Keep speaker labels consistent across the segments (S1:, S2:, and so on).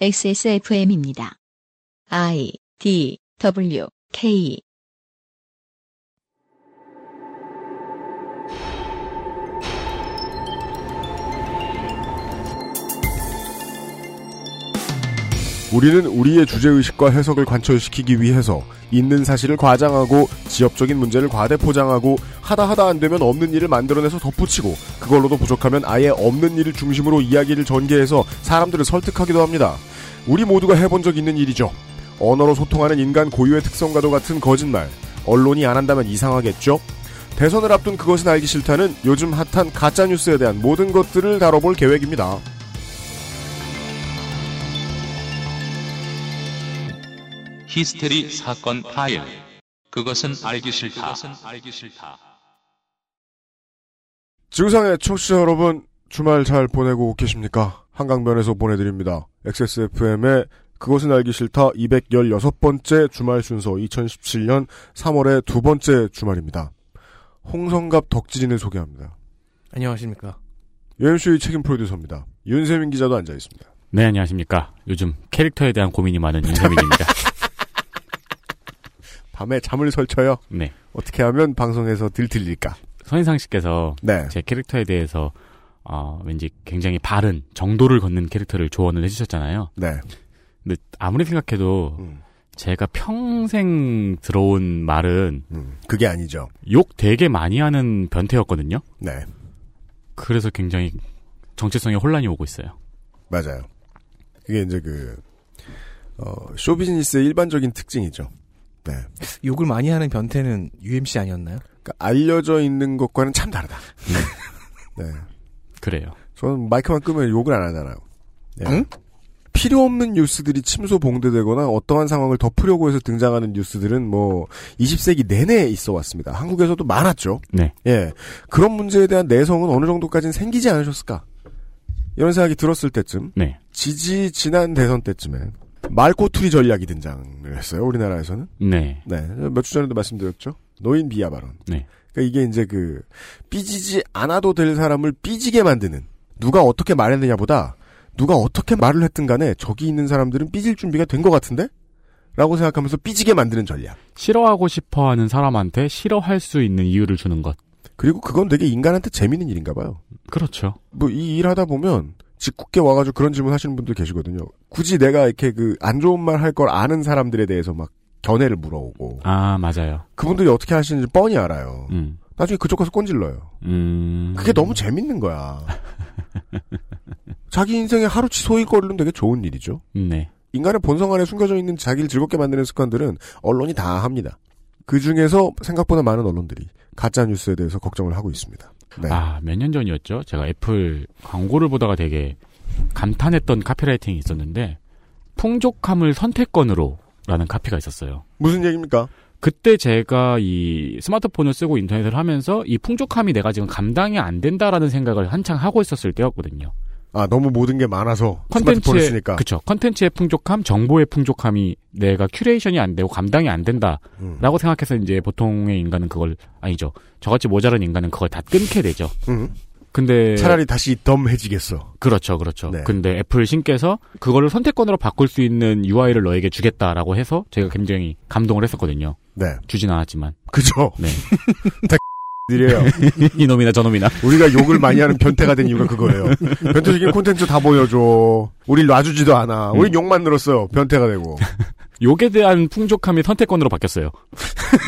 S1: XSFM입니다. I D W K
S2: 우리는 우리의 주제의식과 해석을 관철시키기 위해서 있는 사실을 과장하고 지엽적인 문제를 과대 포장하고 하다 하다 안 되면 없는 일을 만들어내서 덧붙이고 그걸로도 부족하면 아예 없는 일을 중심으로 이야기를 전개해서 사람들을 설득하기도 합니다. 우리 모두가 해본 적 있는 일이죠. 언어로 소통하는 인간 고유의 특성과도 같은 거짓말. 언론이 안 한다면 이상하겠죠? 대선을 앞둔 그것은 알기 싫다는 요즘 핫한 가짜뉴스에 대한 모든 것들을 다뤄볼 계획입니다.
S3: 히스테리 사건 파일. 그것은 알기 싫다.
S2: 지구상의 청취자 여러분, 주말 잘 보내고 계십니까? 한강변에서 보내드립니다. XSFM의 그것은 알기 싫다 216번째 주말 순서 2017년 3월의 두 번째 주말입니다. 홍성갑 덕지진을 소개합니다.
S4: 안녕하십니까.
S2: UMC의 책임 프로듀서입니다. 윤세민 기자도 앉아있습니다.
S5: 네, 안녕하십니까. 요즘 캐릭터에 대한 고민이 많은 윤세민입니다.
S2: 밤에 잠을 설쳐요.
S5: 네.
S2: 어떻게 하면 방송에서 들들릴까?
S5: 선인상 씨께서
S2: 네.
S5: 제 캐릭터에 대해서 어, 왠지 굉장히 바른 정도를 걷는 캐릭터를 조언을 해주셨잖아요.
S2: 네.
S5: 근데 아무리 생각해도
S2: 음,
S5: 제가 평생 들어온 말은
S2: 음, 그게 아니죠.
S5: 욕 되게 많이 하는 변태였거든요.
S2: 네.
S5: 그래서 굉장히 정체성에 혼란이 오고 있어요.
S2: 맞아요. 그게 이제 그, 어, 쇼비즈니스의 일반적인 특징이죠. 네.
S4: 욕을 많이 하는 변태는 UMC 아니었나요?
S2: 그러니까 알려져 있는 것과는 참 다르다. 네.
S5: 그래요.
S2: 저는 마이크만 끄면 욕을 안 하잖아요. 예.
S4: 응?
S2: 필요 없는 뉴스들이 침소 봉대되거나 어떠한 상황을 덮으려고 해서 등장하는 뉴스들은 뭐 20세기 내내 있어 왔습니다. 한국에서도 많았죠.
S5: 네.
S2: 예. 그런 문제에 대한 내성은 어느 정도까지는 생기지 않으셨을까? 이런 생각이 들었을 때쯤
S5: 네.
S2: 지지 지난 대선 때쯤에 말꼬투리 전략이 등장을 했어요. 우리나라에서는.
S5: 네.
S2: 네. 몇 주 전에도 말씀드렸죠. 노인 비하 발언.
S5: 네.
S2: 그러니까 이게 이제 그 삐지지 않아도 될 사람을 삐지게 만드는 누가 어떻게 말했느냐보다 누가 어떻게 말을 했든 간에 저기 있는 사람들은 삐질 준비가 된 것 같은데? 라고 생각하면서 삐지게 만드는 전략.
S5: 싫어하고 싶어 하는 사람한테 싫어할 수 있는 이유를 주는 것.
S2: 그리고 그건 되게 인간한테 재밌는 일인가 봐요.
S5: 그렇죠.
S2: 뭐 이 일 하다 보면 직국계 와가지고 그런 질문 하시는 분들 계시거든요. 굳이 내가 이렇게 그 안 좋은 말 할 걸 아는 사람들에 대해서 막 견해를 물어오고
S5: 아, 맞아요.
S2: 그분들이 어떻게 하시는지 뻔히 알아요.
S5: 음.
S2: 나중에 그쪽 가서 꼰질러요.
S5: 음.
S2: 그게 너무 재밌는 거야. 자기 인생의 하루치 소일거리는 되게 좋은 일이죠.
S5: 네.
S2: 인간의 본성 안에 숨겨져 있는 자기를 즐겁게 만드는 습관들은 언론이 다 합니다. 그 중에서 생각보다 많은 언론들이 가짜 뉴스에 대해서 걱정을 하고 있습니다. 네.
S5: 아, 몇 년 전이었죠? 제가 애플 광고를 보다가 되게 감탄했던 카피라이팅이 있었는데, 풍족함을 선택권으로 라는 카피가 있었어요.
S2: 무슨 얘기입니까?
S5: 그때 제가 이 스마트폰을 쓰고 인터넷을 하면서 이 풍족함이 내가 지금 감당이 안 된다라는 생각을 한창 하고 있었을 때였거든요.
S2: 아 너무 모든 게 많아서 스마트폰을
S5: 컨텐츠의,
S2: 쓰니까.
S5: 그쵸. 컨텐츠의 풍족함, 정보의 풍족함이 내가 큐레이션이 안 되고 감당이 안 된다.
S2: 음.
S5: 라고 생각해서 이제 보통의 인간은 그걸, 아니죠. 저같이 모자란 인간은 그걸 다 끊게 되죠.
S2: 음.
S5: 근데.
S2: 차라리 다시 덤해지겠어.
S5: 그렇죠, 그렇죠.
S2: 네.
S5: 근데 애플 신께서 그거를 선택권으로 바꿀 수 있는 UI를 너에게 주겠다라고 해서 제가 굉장히 감동을 했었거든요.
S2: 네,
S5: 주진 않았지만
S2: 그죠.
S5: 네.
S2: 다 이래요.
S5: 이놈이나 저놈이나
S2: 우리가 욕을 많이 하는 변태가 된 이유가 그거예요. 변태적인 콘텐츠 다 보여줘. 우리 놔주지도 않아. 우린 욕만 늘었어요. 변태가 되고.
S5: 욕에 대한 풍족함이 선택권으로 바뀌었어요.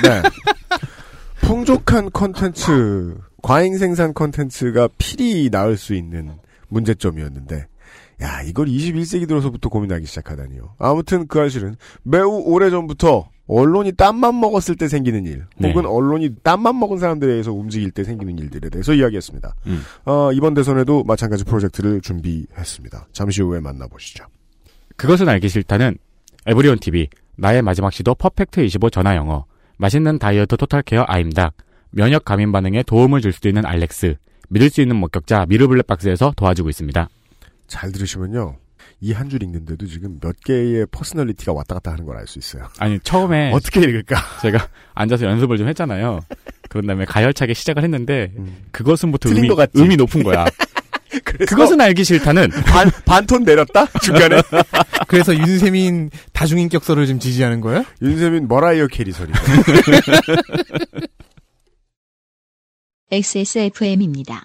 S2: 네. 풍족한 컨텐츠, 과잉 생산 컨텐츠가 필히 나을 수 있는 문제점이었는데, 야, 이걸 21세기 들어서부터 고민하기 시작하다니요. 아무튼 그 사실은 매우 오래전부터 언론이 땀만 먹었을 때 생기는 일,
S5: 네.
S2: 혹은 언론이 땀만 먹은 사람들에 의해서 움직일 때 생기는 일들에 대해서 이야기했습니다.
S5: 음.
S2: 어, 이번 대선에도 마찬가지 프로젝트를 준비했습니다. 잠시 후에 만나보시죠.
S5: 그것은 알기 싫다는 에브리온 TV 나의 마지막 시도 퍼펙트 25 전화 영어 맛있는 다이어트 토탈 케어 아임닭 면역 감인 반응에 도움을 줄 수도 있는 알렉스 믿을 수 있는 목격자 미르 블랙박스에서 도와주고 있습니다.
S2: 잘 들으시면요. 이 한 줄 읽는데도 지금 몇 개의 퍼스널리티가 왔다 갔다 하는 걸 알 수 있어요.
S5: 아니 처음에
S2: 어떻게 읽을까?
S5: 제가 앉아서 연습을 좀 했잖아요. 그런 다음에 가열차게 시작을 했는데 그것은부터
S2: 틀린
S5: 음이,
S2: 것 같지?
S5: 음이 높은 거야.
S2: 그래서
S5: 그것은 알기 싫다는
S2: 반, 반톤 내렸다? 중간에?
S4: 그래서 윤세민 다중인격서를 지금 지지하는 거예요?
S2: 윤세민 머라이어 캐리 소리.
S1: XSFM입니다.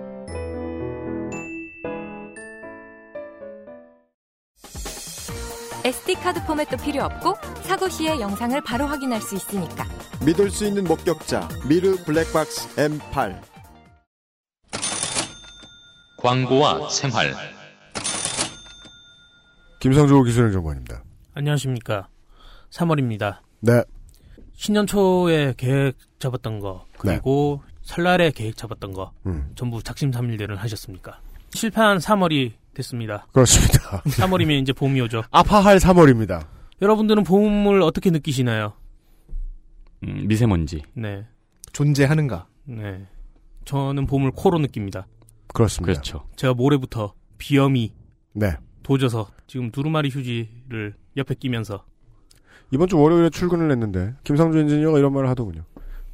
S6: SD카드 포맷도 필요 없고 사고 시에 영상을 바로 확인할 수 있으니까
S7: 믿을 수 있는 목격자 미르 블랙박스 M8
S3: 광고와 생활
S2: 김상조 기술행 정보원입니다.
S8: 안녕하십니까. 3월입니다.
S2: 네.
S8: 신년 초에 계획 잡았던 거, 그리고 설날에 계획 잡았던 거,
S2: 음,
S8: 전부 작심삼일대를 하셨습니까? 실패한 3월이 됐습니다.
S2: 그렇습니다.
S8: 3월이면 이제 봄이 오죠.
S2: 아파할 3월입니다.
S8: 여러분들은 봄을 어떻게 느끼시나요?
S5: 음, 미세먼지.
S8: 네.
S4: 존재하는가?
S8: 네. 저는 봄을 코로 느낍니다.
S2: 그렇습니다.
S5: 그렇죠.
S8: 제가 모레부터 비염이
S2: 네.
S8: 도져서 지금 두루마리 휴지를 옆에 끼면서
S2: 이번 주 월요일에 출근을 했는데 김상조 엔지니어가 이런 말을 하더군요.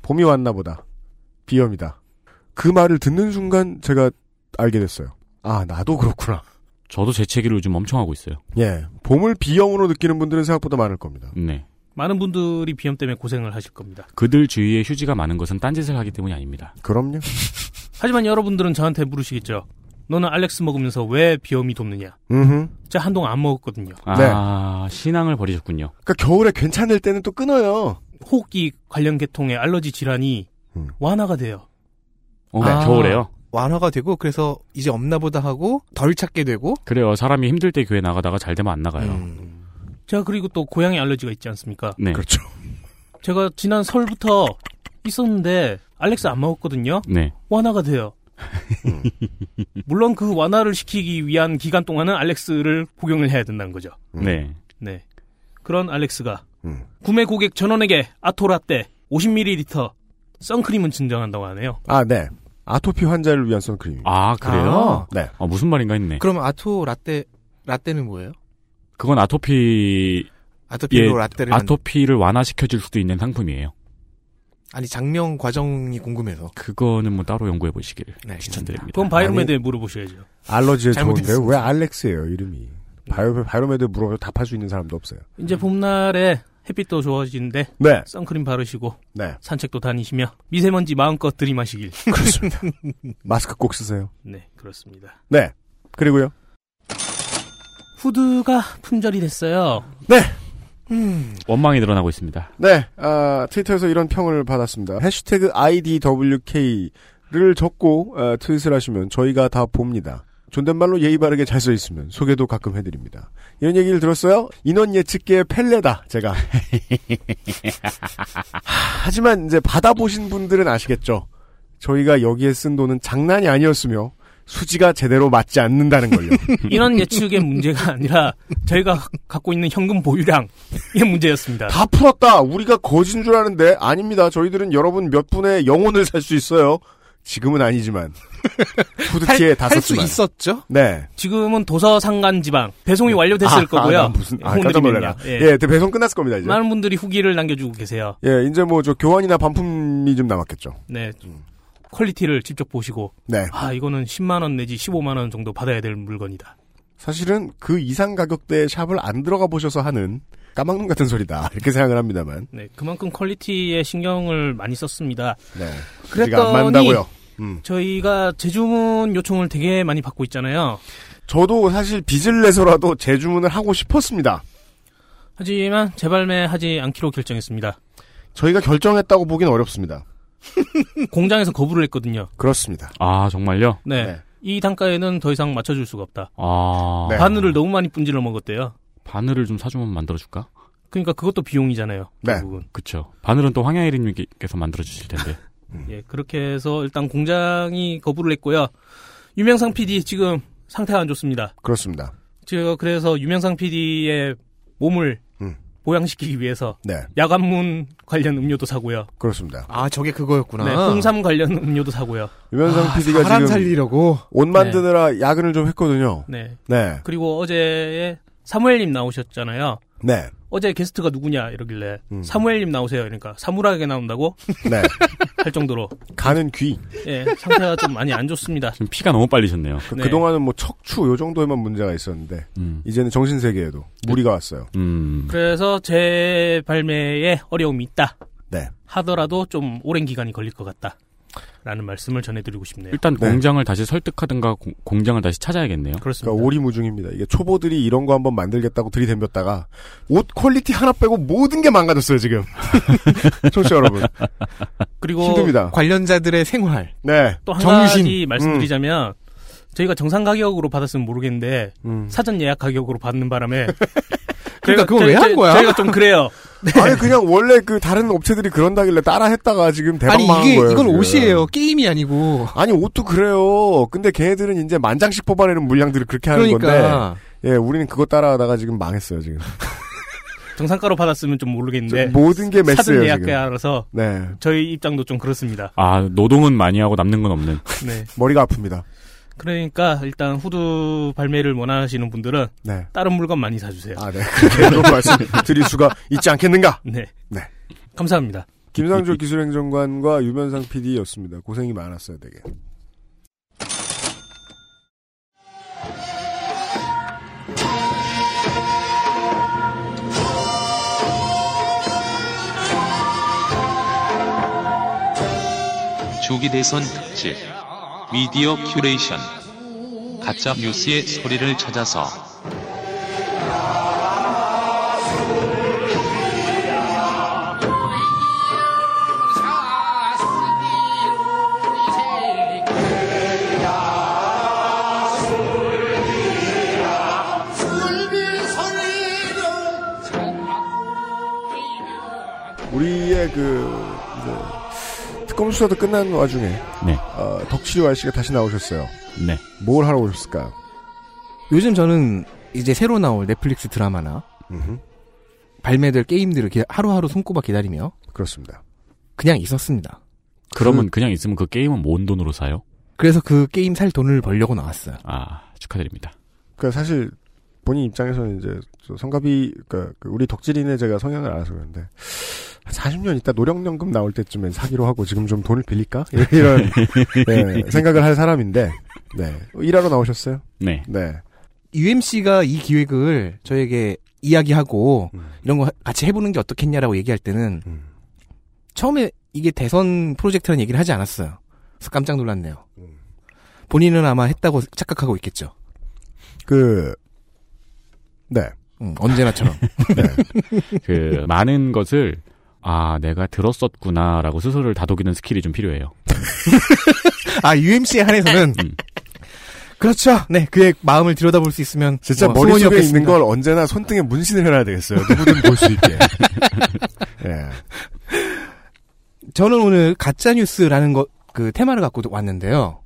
S2: 봄이 왔나 보다. 비염이다. 그 말을 듣는 순간 제가 알게 됐어요. 아 나도 그렇구나.
S5: 저도 재채기를 요즘 엄청 하고 있어요.
S2: 예, 봄을 비염으로 느끼는 분들은 생각보다 많을 겁니다.
S5: 네.
S8: 많은 분들이 비염 때문에 고생을 하실 겁니다.
S5: 그들 주위에 휴지가 많은 것은 딴짓을 하기 때문이 아닙니다.
S2: 그럼요.
S8: 하지만 여러분들은 저한테 물으시겠죠. 너는 알렉스 먹으면서 왜 비염이 돕느냐?
S2: 음.
S8: 제가 한동안 안 먹었거든요.
S2: 네.
S5: 아, 신앙을 버리셨군요.
S2: 그러니까 겨울에 괜찮을 때는 또 끊어요.
S8: 호흡기 관련 계통의 알러지 질환이
S2: 음.
S8: 완화가 돼요.
S5: 어,
S2: 네.
S4: 아.
S5: 겨울에요.
S4: 완화가 되고 그래서 이제 없나 보다 하고 덜 찾게 되고
S5: 그래요. 사람이 힘들 때 교회 나가다가 잘 되면 안 나가요.
S4: 음.
S8: 제가 그리고 또 고양이 알러지가 있지 않습니까?
S5: 네.
S2: 그렇죠.
S8: 제가 지난 설부터 있었는데 알렉스 안 먹었거든요.
S5: 네.
S8: 완화가 돼요.
S2: 음.
S8: 물론 그 완화를 시키기 위한 기간 동안은 알렉스를 복용을 해야 된다는 거죠.
S2: 음.
S5: 네.
S8: 네. 그런 알렉스가
S2: 음.
S8: 구매 고객 전원에게 아토라떼 50ml 선크림은 진정한다고 하네요.
S2: 아 네. 아토피 환자를 위한 선크림.
S5: 아,
S4: 아,
S5: 그래요?
S2: 네.
S5: 아, 무슨 말인가 했네.
S4: 그럼 아토 라떼 라떼는 뭐예요?
S5: 그건 아토피,
S4: 아토피로
S5: 예,
S4: 라떼를 만-
S5: 아토피를 완화시켜줄 수도 있는 상품이에요.
S4: 아니 장명 과정이 궁금해서
S5: 그거는 뭐 따로 연구해 보시길
S4: 네,
S5: 추천드립니다.
S8: 그건 바이오메드에 물어보셔야죠.
S2: 알러지에
S4: 잘못했습니다.
S2: 좋은데 왜 알렉스예요 이름이? 바이오 바이오메드 물어서 답할 수 있는 사람도 없어요.
S8: 이제 봄날에 햇빛도 좋아지는데
S2: 네.
S8: 선크림 바르시고
S2: 네.
S8: 산책도 다니시며 미세먼지 마음껏 들이마시길.
S2: 그렇습니다. 마스크 꼭 쓰세요.
S8: 네, 그렇습니다.
S2: 네. 그리고요.
S8: 후드가 품절이 됐어요.
S5: 원망이 늘어나고 있습니다.
S2: 네, 아, 트위터에서 이런 평을 받았습니다. 해시태그 IDWK를 적고 아, 트윗을 하시면 저희가 다 봅니다. 존댓말로 예의 바르게 잘 써 있으면 소개도 가끔 해드립니다. 이런 얘기를 들었어요. 인원 예측계의 펠레다 제가. 하, 하지만 이제 받아보신 분들은 아시겠죠. 저희가 여기에 쓴 돈은 장난이 아니었으며 수지가 제대로 맞지 않는다는 걸요.
S8: 이런 예측의 문제가 아니라 저희가 갖고 있는 현금 보유량의 문제였습니다.
S2: 다 풀었다. 우리가 거진 줄 아는데 아닙니다. 저희들은 여러분 몇 분의 영혼을 살 수 있어요. 지금은 아니지만 후드티에 그 다
S4: 할 수
S2: 썼지만.
S4: 있었죠?
S2: 네.
S8: 지금은 도서상간 지방 배송이 완료됐을
S2: 아,
S8: 거고요.
S2: 아, 난 무슨 아,
S8: 후원드리면요.
S2: 깜짝 놀래라.
S8: 예.
S2: 예, 근데 배송 끝났을 겁니다 이제.
S8: 많은 분들이 후기를 남겨주고 계세요.
S2: 예, 이제 뭐 저 교환이나 반품이 좀 남았겠죠.
S8: 네.
S2: 음.
S8: 퀄리티를 직접 보시고
S2: 네.
S8: 아 이거는 10만 원 내지 15만 원 정도 받아야 될 물건이다.
S2: 사실은 그 이상 가격대의 샵을 안 들어가 보셔서 하는 까막눈 같은 소리다 이렇게 생각을 합니다만.
S8: 네, 그만큼 퀄리티에 신경을 많이 썼습니다.
S2: 네.
S8: 그랬더니-
S2: 가안 맞는다고요. 음.
S8: 저희가 재주문 요청을 되게 많이 받고 있잖아요.
S2: 저도 사실 빚을 내서라도 재주문을 하고 싶었습니다.
S8: 하지만 재발매하지 않기로 결정했습니다.
S2: 저희가 결정했다고 보긴 어렵습니다.
S8: 공장에서 거부를 했거든요.
S2: 그렇습니다.
S5: 아, 정말요?
S8: 네.
S2: 네.
S8: 이 단가에는 더 이상 맞춰줄 수가 없다.
S5: 아,
S2: 네.
S8: 바늘을 너무 많이 분질러 먹었대요.
S5: 바늘을 좀 사주면 만들어줄까?
S8: 그러니까 그것도 비용이잖아요.
S2: 네.
S8: 결국은.
S5: 그쵸. 바늘은 또 황야일님께서 만들어주실 텐데.
S2: 음.
S8: 예, 그렇게 해서 일단 공장이 거부를 했고요. 유명상 PD 지금 상태가 안 좋습니다.
S2: 그렇습니다.
S8: 제가 그래서 유명상 PD의 몸을
S2: 음.
S8: 보양시키기 위해서
S2: 네,
S8: 야간문 관련 음료도 사고요.
S2: 그렇습니다.
S9: 아 저게 그거였구나.
S8: 네, 홍삼 관련 음료도 사고요.
S2: 유면상
S9: 아,
S2: PD가
S9: 사람
S2: 지금
S9: 살리려고.
S2: 옷 만드느라 야근을 좀 했거든요.
S8: 네.
S2: 네,
S8: 그리고 어제에 사무엘님 나오셨잖아요.
S2: 네,
S8: 어제 게스트가 누구냐 이러길래
S2: 음.
S8: 사무엘님 나오세요. 그러니까 사물하게 나온다고
S2: 네.
S8: 할 정도로
S2: 가는 귀.
S8: 예, 상태가 좀 많이 안 좋습니다.
S5: 지금 피가 너무 빨리셨네요.
S2: 그,
S8: 네.
S2: 그동안은 뭐 척추 요 정도에만 문제가 있었는데
S5: 음.
S2: 이제는 정신 세계에도 무리가 왔어요.
S5: 음.
S8: 그래서 재발매에 어려움이 있다
S2: 네,
S8: 하더라도 좀 오랜 기간이 걸릴 것 같다. 라는 말씀을 전해드리고 싶네요.
S5: 일단
S2: 네.
S5: 공장을 다시 설득하든가 공- 공장을 다시 찾아야겠네요.
S8: 그렇습니다.
S2: 그러니까 오리무중입니다. 이게 초보들이 이런 거 한번 만들겠다고 들이댐볐다가 옷 퀄리티 하나 빼고 모든 게 망가졌어요 지금. 청취자 여러분
S8: 그리고
S9: 뭐
S2: 힘듭니다.
S9: 관련자들의 생활.
S2: 네,
S8: 또 한
S9: 정신.
S8: 가지 말씀드리자면 저희가 정상 가격으로 받았으면 모르겠는데 사전 예약 가격으로 받는 바람에
S9: 음. 그러니까
S8: 저희가-
S9: 그걸
S8: 저희-
S9: 왜 한
S8: 저희-
S9: 거야?
S8: 저희가 좀 그래요.
S9: 네.
S2: 아니 그냥 원래 그 다른 업체들이 그런다길래 따라했다가 지금 대박
S9: 아니
S2: 망한
S9: 이게
S2: 거예요.
S9: 이건
S2: 지금.
S9: 옷이에요. 게임이 아니고.
S2: 아니 옷도 그래요. 근데 걔네들은 이제 만장씩 뽑아내는 물량들을 그렇게 하는 건데,
S9: 그러니까
S2: 예, 우리는 그거 따라하다가 지금 망했어요 지금.
S8: 정상가로 받았으면 좀 모르겠는데
S2: 모든 게
S8: 네. 사전
S2: 메스예요 지금.
S8: 예약가라서
S2: 네,
S8: 저희 입장도 좀 그렇습니다.
S5: 아 노동은 많이 하고 남는 건 없는.
S8: 네.
S2: 머리가 아픕니다.
S8: 그러니까 일단 후드 발매를 원하시는 분들은
S2: 네.
S8: 다른 물건 많이 사주세요.
S2: 아, 네. 그렇게 이런 말씀 드릴 수가 있지 않겠는가?
S8: 네.
S2: 네.
S8: 감사합니다.
S2: 김상조 기술행정관과 유면상 PD였습니다. 고생이 많았어요, 되게.
S3: 주기대선 특집 미디어 큐레이션 가짜 뉴스의 소리를 찾아서
S2: 우리의 그, 이제 특검 수사도 끝난 와중에,
S5: 네.
S2: 어, 덕치유 아저씨가 다시 나오셨어요.
S5: 네.
S2: 뭘 하러 오셨을까요?
S9: 요즘 저는 이제 새로 나올 넷플릭스 드라마나 발매될 게임들을 기- 하루하루 손꼽아 기다리며
S2: 그렇습니다.
S9: 그냥 있었습니다.
S5: 그러면 그... 냥 있으면 그 게임은 뭔 돈으로 사요?
S9: 그래서 그 게임 살 돈을 벌려고 나왔어요.
S5: 아 축하드립니다.
S2: 그 사실, 본인 입장에서는 이제, 저 성가비, 그니까, 우리 덕질인의 제가 성향을 알아서 그런데, 한 40년 있다 노령연금 나올 때쯤엔 사기로 하고 지금 좀 돈을 빌릴까? 이런, 네, 생각을 할 사람인데, 네. 일하러 나오셨어요?
S5: 네.
S2: 네.
S9: UMC가 이 기획을 저에게 이야기하고 이런 거 하- 같이 해보는 게 어떻겠냐라고 얘기할 때는
S2: 음.
S9: 처음에 이게 대선 프로젝트라는 얘기를 하지 않았어요. 그래서 깜짝 놀랐네요.
S2: 음.
S9: 본인은 아마 했다고 착각하고 있겠죠.
S2: 그, 네.
S9: 음, 언제나처럼.
S5: 그 많은 것을 아 내가 들었었구나라고 스스로를 다독이는 스킬이 좀 필요해요.
S9: 아 UMC에 한해서는
S5: 음.
S9: 그렇죠. 네, 그의 마음을 들여다볼 수 있으면
S2: 진짜
S9: 뭐 소원이
S2: 머릿속에
S9: 없겠습니다.
S2: 있는 걸 언제나 손등에 문신을 해놔야 되겠어요. 누구든 볼 수 있게. 예.
S9: 저는 오늘 가짜 뉴스라는 것 그 테마를 갖고 왔는데요.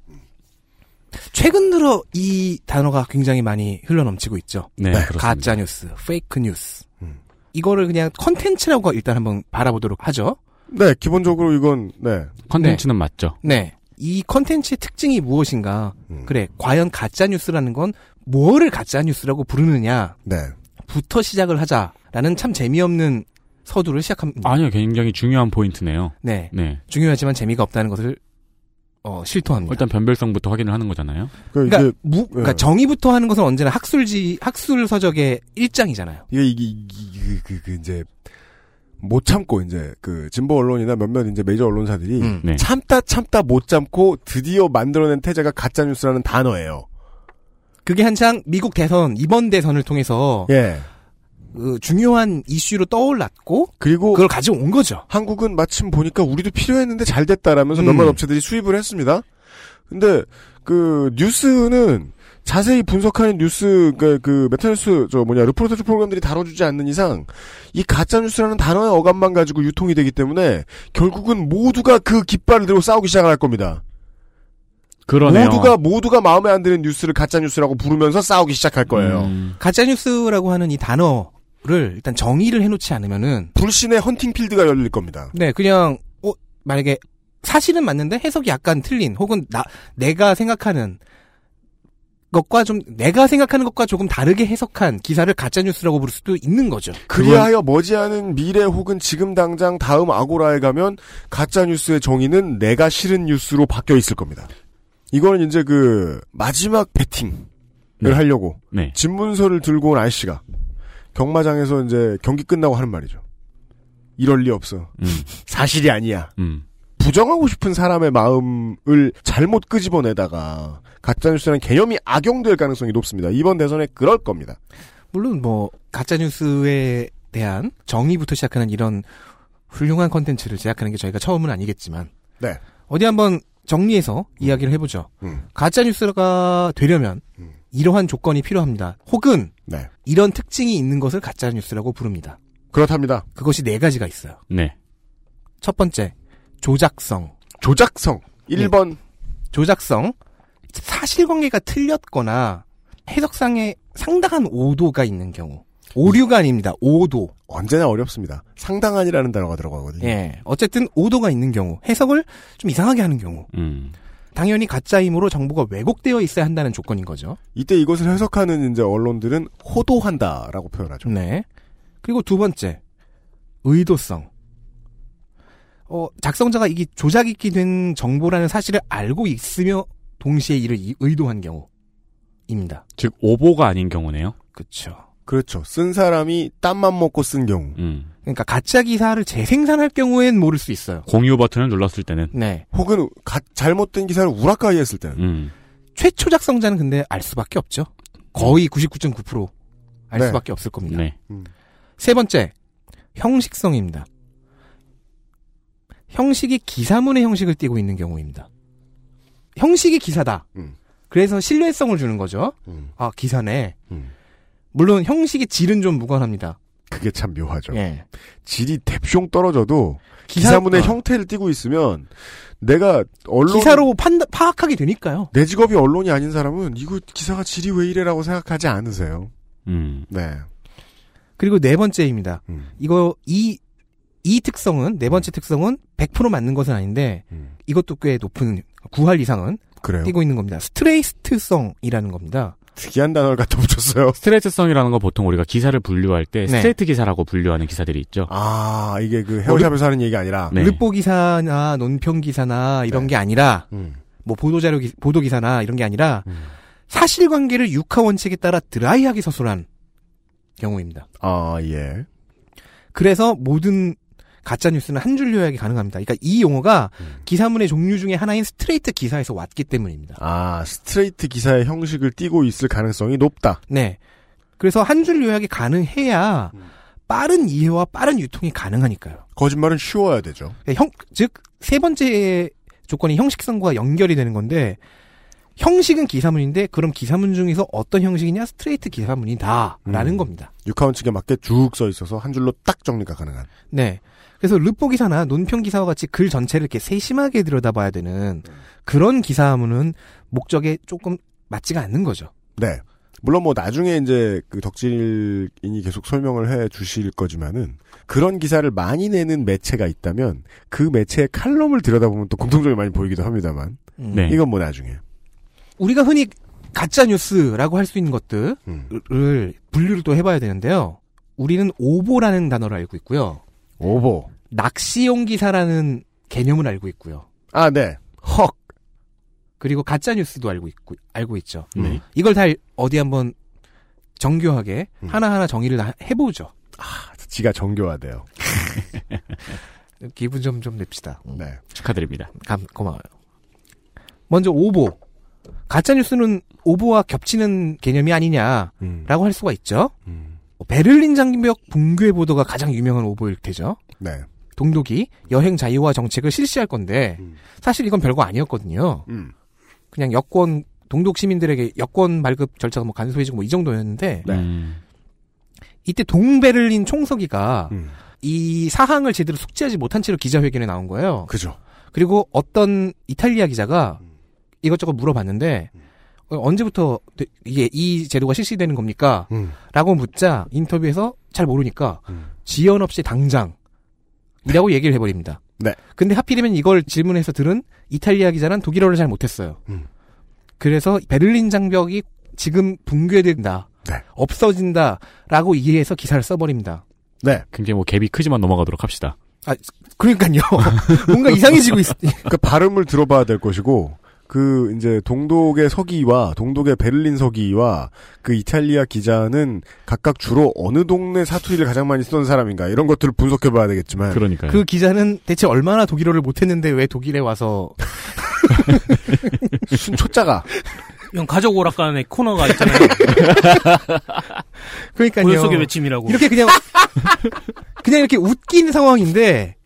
S9: 최근 들어 이 단어가 굉장히 많이 흘러넘치고 있죠.
S5: 네. 그렇습니다.
S9: 가짜 뉴스, 페이크 뉴스.
S2: 음.
S9: 이거를 그냥 컨텐츠라고 일단 한번 바라보도록 하죠.
S2: 네, 기본적으로 이건, 네.
S5: 컨텐츠는 맞죠.
S9: 네. 이 컨텐츠의 특징이 무엇인가?
S2: 음.
S9: 그래, 과연 가짜 뉴스라는 건 뭐를 가짜 뉴스라고 부르느냐부터
S2: 네.
S9: 시작을 하자라는 참 재미없는 서두를 시작합니다.
S5: 아니요, 굉장히 중요한 포인트네요.
S9: 네,
S5: 네.
S9: 중요하지만 재미가 없다는 것을 어, 실토합니다.
S5: 일단 변별성부터 확인을 하는 거잖아요.
S2: 그,
S9: 그러니까,
S2: 이게,
S9: 무- 그러니까
S2: 예.
S9: 정의부터 하는 것은 언제나 학술지 학술 서적의 일장이잖아요.
S2: 이게, 이게, 이게, 이게, 그, 그, 이제, 못 참고, 이제, 그, 진보 언론이나 몇몇 이제 메이저 언론사들이
S9: 음.
S5: 네.
S2: 참다 참다 못 참고 드디어 만들어낸 태제가 가짜뉴스라는 단어예요.
S9: 그게 한창 미국 대선 이번 대선을 통해서
S2: 예.
S9: 그 중요한 이슈로 떠올랐고
S2: 그리고
S9: 그걸 가지고 온 거죠.
S2: 한국은 마침 보니까 우리도 필요했는데 잘 됐다라면서
S9: 음.
S2: 몇몇 업체들이 수입을 했습니다. 근데 그 뉴스는 자세히 분석하는 뉴스 그, 그 메타뉴스 저 뭐냐 리포터즈 프로그램들이 다뤄주지 않는 이상 이 가짜 뉴스라는 단어의 어감만 가지고 유통이 되기 때문에 결국은 모두가 그 깃발을 들고 싸우기 시작할 겁니다.
S5: 그러네요.
S2: 모두가 모두가 마음에 안 드는 뉴스를 가짜 뉴스라고 부르면서 싸우기 시작할 거예요.
S5: 음,
S9: 가짜뉴스라고 하는 이 단어를 일단 정의를 해놓지 않으면은
S2: 불신의 헌팅 필드가 열릴 겁니다.
S9: 네 그냥 어 만약에 사실은 맞는데 해석이 약간 틀린 혹은 나 내가 생각하는 것과 좀 내가 생각하는 것과 조금 다르게 해석한 기사를 가짜뉴스라고 부를 수도 있는 거죠.
S2: 그리하여 머지않은 미래 혹은 지금 당장 다음 아고라에 가면 가짜 뉴스의 정의는 내가 싫은 뉴스로 바뀌어 있을 겁니다. 이거는 이제 그 마지막 배팅을
S5: 네.
S2: 하려고
S5: 네.
S2: 집문서를 들고 온 아저씨가 경마장에서 이제 경기 끝나고 하는 말이죠. 이럴 리 없어.
S5: 음.
S2: 사실이 아니야.
S5: 음.
S2: 부정하고 싶은 사람의 마음을 잘못 끄집어내다가 가짜뉴스라는 개념이 악용될 가능성이 높습니다. 이번 대선에 그럴 겁니다.
S9: 물론 뭐 가짜뉴스에 대한 정의부터 시작하는 이런 훌륭한 컨텐츠를 제작하는 게 저희가 처음은 아니겠지만
S2: 네.
S9: 어디 한번 정리해서 이야기를 해보죠.
S2: 음.
S9: 가짜뉴스가 되려면
S2: 음.
S9: 이러한 조건이 필요합니다. 혹은
S2: 네.
S9: 이런 특징이 있는 것을 가짜뉴스라고 부릅니다.
S2: 그렇답니다.
S9: 그것이 네 가지가 있어요.
S5: 네.
S9: 첫 번째, 조작성.
S2: 조작성. 1번.
S9: 조작성. 사실관계가 틀렸거나 해석상에 상당한 오도가 있는 경우. 오류가 아닙니다. 오도.
S2: 언제나 어렵습니다. 상당한이라는 단어가 들어가거든요.
S9: 예. 어쨌든 오도가 있는 경우, 해석을 좀 이상하게 하는 경우,
S5: 음.
S9: 당연히 가짜이므로 정보가 왜곡되어 있어야 한다는 조건인 거죠.
S2: 이때 이것을 해석하는 이제 언론들은 호도한다라고 표현하죠.
S9: 네. 그리고 두 번째, 의도성. 어, 작성자가 이게 조작 있게 된 정보라는 사실을 알고 있으며 동시에 이를 이- 의도한 경우입니다.
S5: 즉 오보가 아닌 경우네요.
S9: 그렇죠.
S2: 그렇죠. 쓴 사람이 땀만 먹고 쓴 경우.
S5: 음.
S9: 그러니까 가짜 기사를 재생산할 경우엔 모를 수 있어요.
S5: 공유 버튼을 눌렀을 때는
S9: 네.
S2: 혹은 가- 잘못된 기사를 우라카이 했을 때는.
S5: 음.
S9: 최초 작성자는 근데 알 수밖에 없죠. 거의 99.9%알
S2: 네.
S9: 수밖에 없을 겁니다.
S5: 네.
S2: 음,
S9: 세 번째, 형식성입니다. 형식이 기사문의 형식을 띠고 있는 경우입니다. 형식이 기사다.
S2: 음.
S9: 그래서 신뢰성을 주는 거죠.
S2: 음,
S9: 아, 기사네.
S2: 음.
S9: 물론 형식의 질은 좀 무관합니다.
S2: 그게 참 묘하죠.
S9: 예.
S2: 질이 대충 떨어져도 그렇죠.
S9: 기사-
S2: 기사문의
S9: 어.
S2: 형태를 띠고 있으면 내가 언론
S9: 기사로 판, 파악하게 되니까요.
S2: 내 직업이 언론이 아닌 사람은 이거 기사가 질이 왜 이래라고 생각하지 않으세요.
S5: 음.
S2: 네.
S9: 그리고 네 번째입니다.
S2: 음.
S9: 이거, 이, 이 특성은, 네 번째 특성은 100% 맞는 것은 아닌데,
S2: 음.
S9: 이것도 꽤 높은, 구할 이상은
S2: 그래요.
S9: 띠고 있는 겁니다. 스트레이트성이라는 겁니다.
S2: 특이한 단어를 갖다 붙였어요.
S5: 스트레이트성이라는 거 보통 우리가 기사를 분류할 때
S9: 네.
S5: 스트레이트 기사라고 분류하는 기사들이 있죠.
S2: 아, 이게 그 헤어샵에서 하는 얘기가 아니라.
S5: 네.
S9: 르포 기사나 논평 기사나 이런 게 아니라
S2: 음.
S9: 뭐 보도자료 기, 보도 기사나 이런 게 아니라
S2: 음.
S9: 사실관계를 육하 원칙에 따라 드라이하게 서술한 경우입니다.
S2: 아, 예.
S9: 그래서 모든 가짜 뉴스는 한 줄 요약이 가능합니다. 그러니까 이 용어가 기사문의 종류 중에 하나인 스트레이트 기사에서 왔기 때문입니다.
S2: 아, 스트레이트 기사의 형식을 띠고 있을 가능성이 높다.
S9: 네. 그래서 한 줄 요약이 가능해야 빠른 이해와 빠른 유통이 가능하니까요. 네,
S2: 거짓말은 쉬워야 되죠.
S9: 형, 즉, 세 번째 조건이 형식성과 연결이 되는 건데, 형식은 기사문인데, 그럼 기사문 중에서 어떤 형식이냐? 스트레이트 기사문이다. 라는
S2: 음.
S9: 겁니다.
S2: 육하원칙에 맞게 쭉 써 있어서 한 줄로 딱 정리가 가능한.
S9: 네. 그래서 르포 기사나 논평 기사와 같이 글 전체를 이렇게 세심하게 들여다봐야 되는 그런 기사문은 목적에 조금 맞지가 않는 거죠.
S2: 네. 물론 뭐 나중에 이제 그 덕질인이 계속 설명을 해 주실 거지만은 그런 기사를 많이 내는 매체가 있다면 그 매체의 칼럼을 들여다보면 또 공통점이 많이 보이기도 합니다만
S9: 음.
S5: 네.
S2: 이건 뭐 나중에.
S9: 우리가 흔히 가짜 뉴스라고 할 수 있는 것들을
S2: 음.
S9: 분류를 또 해봐야 되는데요. 우리는 오보라는 단어를 알고 있고요.
S2: 오보.
S9: 낚시용 기사라는 개념을 알고 있고요.
S2: 아, 네. 헉.
S9: 그리고 가짜 뉴스도 알고 있고 알고 있죠.
S2: 음.
S5: 네.
S9: 이걸 다 어디 한번 정교하게 하나하나 정의를 다 해보죠.
S2: 지가 정교하대요.
S9: 기분 좀 좀 냅시다.
S2: 네.
S5: 축하드립니다.
S9: 감, 고마워요. 먼저 오보. 가짜 뉴스는 오보와 겹치는 개념이 아니냐라고
S2: 음.
S9: 할 수가 있죠.
S2: 음.
S9: 베를린 장벽 붕괴 보도가 가장 유명한 오보일 테죠.
S2: 네.
S9: 동독이 여행 자유화 정책을 실시할 건데
S2: 음.
S9: 사실 이건 별거 아니었거든요.
S2: 음.
S9: 그냥 여권 동독 시민들에게 여권 발급 절차가 뭐 간소해지고 뭐 이 정도였는데
S2: 네.
S5: 음.
S9: 이때 동베를린 총서기가
S2: 음.
S9: 이 사항을 제대로 숙지하지 못한 채로 기자회견에 나온 거예요.
S2: 그죠.
S9: 그리고 어떤 이탈리아 기자가
S2: 음.
S9: 이것저것 물어봤는데 어, 언제부터 되- 이게 이 제도가 실시되는 겁니까?
S2: 음.
S9: 라고 묻자 인터뷰에서 잘 모르니까
S2: 음.
S9: 지연 없이 당장 이라고 얘기를 해버립니다.
S2: 네.
S9: 근데 하필이면 이걸 질문해서 들은 이탈리아 기자는 독일어를 잘 못했어요.
S2: 음.
S9: 그래서 베를린 장벽이 지금 붕괴된다.
S2: 네.
S9: 없어진다. 라고 이해해서 기사를 써버립니다.
S2: 네.
S5: 굉장히 뭐 갭이 크지만 넘어가도록 합시다.
S9: 그러니까요. 뭔가 이상해지고 있,
S2: 그 발음을 들어봐야 될 것이고 그 이제 동독의 서기와 동독의 베를린 서기와 그 이탈리아 기자는 각각 주로 어느 동네 사투리를 가장 많이 쓰던 사람인가 이런 것들을 분석해봐야 되겠지만
S5: 그러니까요.
S9: 그 기자는 대체 얼마나 독일어를 못했는데 왜 독일에 와서
S2: 순초자가
S8: 이건 가족 오락관의 코너가 있잖아요.
S9: 그러니까요.
S8: 고요 속의 외침이라고.
S9: 이렇게 그냥 그냥 이렇게 웃긴 상황인데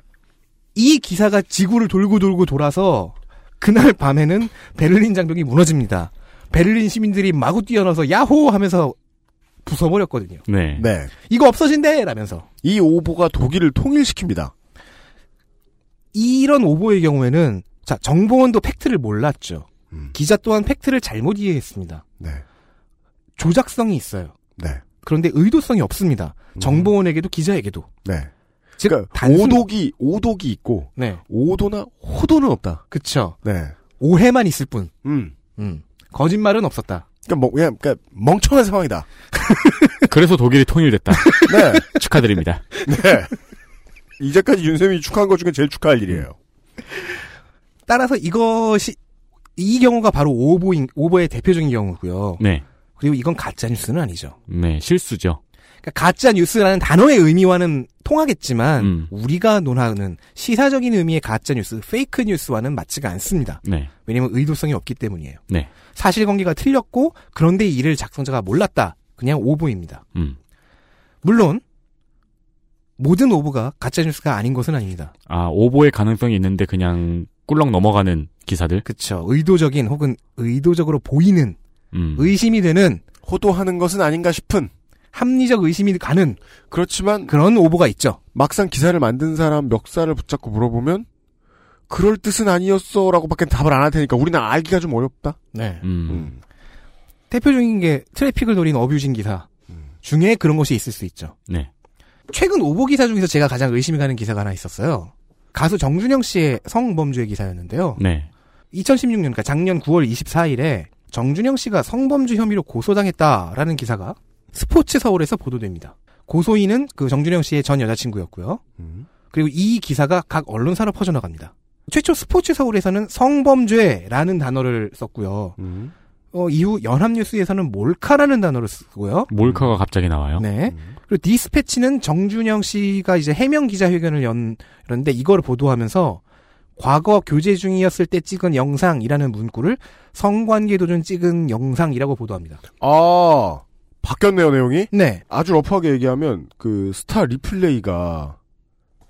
S9: 이 기사가 지구를 돌고 돌고 돌아서 그날 밤에는 베를린 장벽이 무너집니다. 베를린 시민들이 마구 뛰어나서 야호 하면서 부숴버렸거든요.
S5: 네.
S2: 네.
S9: 이거 없어진대 라면서
S2: 이 오보가 독일을 통일시킵니다.
S9: 이런 오보의 경우에는 자 정보원도 팩트를 몰랐죠.
S2: 음.
S9: 기자 또한 팩트를 잘못 이해했습니다.
S2: 네.
S9: 조작성이 있어요.
S2: 네.
S9: 그런데 의도성이 없습니다.
S2: 음.
S9: 정보원에게도 기자에게도.
S2: 네.
S9: 즉
S2: 그러니까
S9: 단순-
S2: 오독이 오독이 있고
S9: 네.
S2: 오도나 호도는 없다.
S9: 그쵸.
S2: 네.
S9: 오해만 있을 뿐.
S2: 음.
S9: 음. 거짓말은 없었다.
S2: 그러니까 뭐 그냥 그러니까 멍청한 상황이다.
S5: 그래서 독일이 통일됐다.
S2: 네.
S5: 축하드립니다.
S2: 네. 이제까지 윤쌤이 축하한 것 중에 제일 축하할 일이에요.
S9: 따라서 이것이 이 경우가 바로 오보인 오보의 대표적인 경우고요.
S5: 네.
S9: 그리고 이건 가짜 뉴스는 아니죠.
S5: 네. 실수죠.
S9: 그러니까 가짜 뉴스라는 단어의 의미와는 통하겠지만
S5: 음.
S9: 우리가 논하는 시사적인 의미의 가짜 뉴스, 페이크 뉴스와는 맞지가 않습니다.
S5: 네.
S9: 왜냐면 의도성이 없기 때문이에요.
S5: 네.
S9: 사실관계가 틀렸고 그런데 이를 작성자가 몰랐다. 그냥 오보입니다.
S5: 음.
S9: 물론 모든 오보가 가짜 뉴스가 아닌 것은 아닙니다.
S5: 아, 오보의 가능성이 있는데 그냥 꿀렁 넘어가는 기사들.
S9: 그쵸. 의도적인 혹은 의도적으로 보이는
S5: 음.
S9: 의심이 되는
S2: 호도하는 것은 아닌가 싶은
S9: 합리적 의심이 가는
S2: 그렇지만
S9: 그런 오보가 있죠.
S2: 막상 기사를 만든 사람 멱살을 붙잡고 물어보면 그럴 뜻은 아니었어라고밖에 답을 안 할 테니까 우리는 알기가 좀 어렵다.
S9: 네.
S5: 음.
S9: 대표적인 게 트래픽을 노린 어뷰징 기사 중에 그런 것이 있을 수 있죠.
S5: 네.
S9: 최근 오보 기사 중에서 제가 가장 의심이 가는 기사가 하나 있었어요. 가수 정준영 씨의 성범죄 기사였는데요.
S5: 네.
S9: 2016년, 그러니까 작년 9월 24일에 정준영 씨가 성범죄 혐의로 고소당했다라는 기사가 스포츠 서울에서 보도됩니다. 고소인은 그 정준영 씨의 전 여자친구였고요. 그리고 이 기사가 각 언론사로 퍼져나갑니다. 최초 스포츠 서울에서는 성범죄라는 단어를 썼고요. 어, 이후 연합뉴스에서는 몰카라는 단어를 쓰고요.
S5: 몰카가 갑자기 나와요.
S9: 네.
S2: 음.
S9: 그리고 디스패치는 정준영 씨가 이제 해명 기자회견을 연, 그런데 이걸 보도하면서 과거 교제 중이었을 때 찍은 영상이라는 문구를 성관계 도전 찍은 영상이라고 보도합니다.
S2: 아 바뀌었네요 내용이.
S9: 네.
S2: 아주 러프하게 얘기하면 그 스타 리플레이가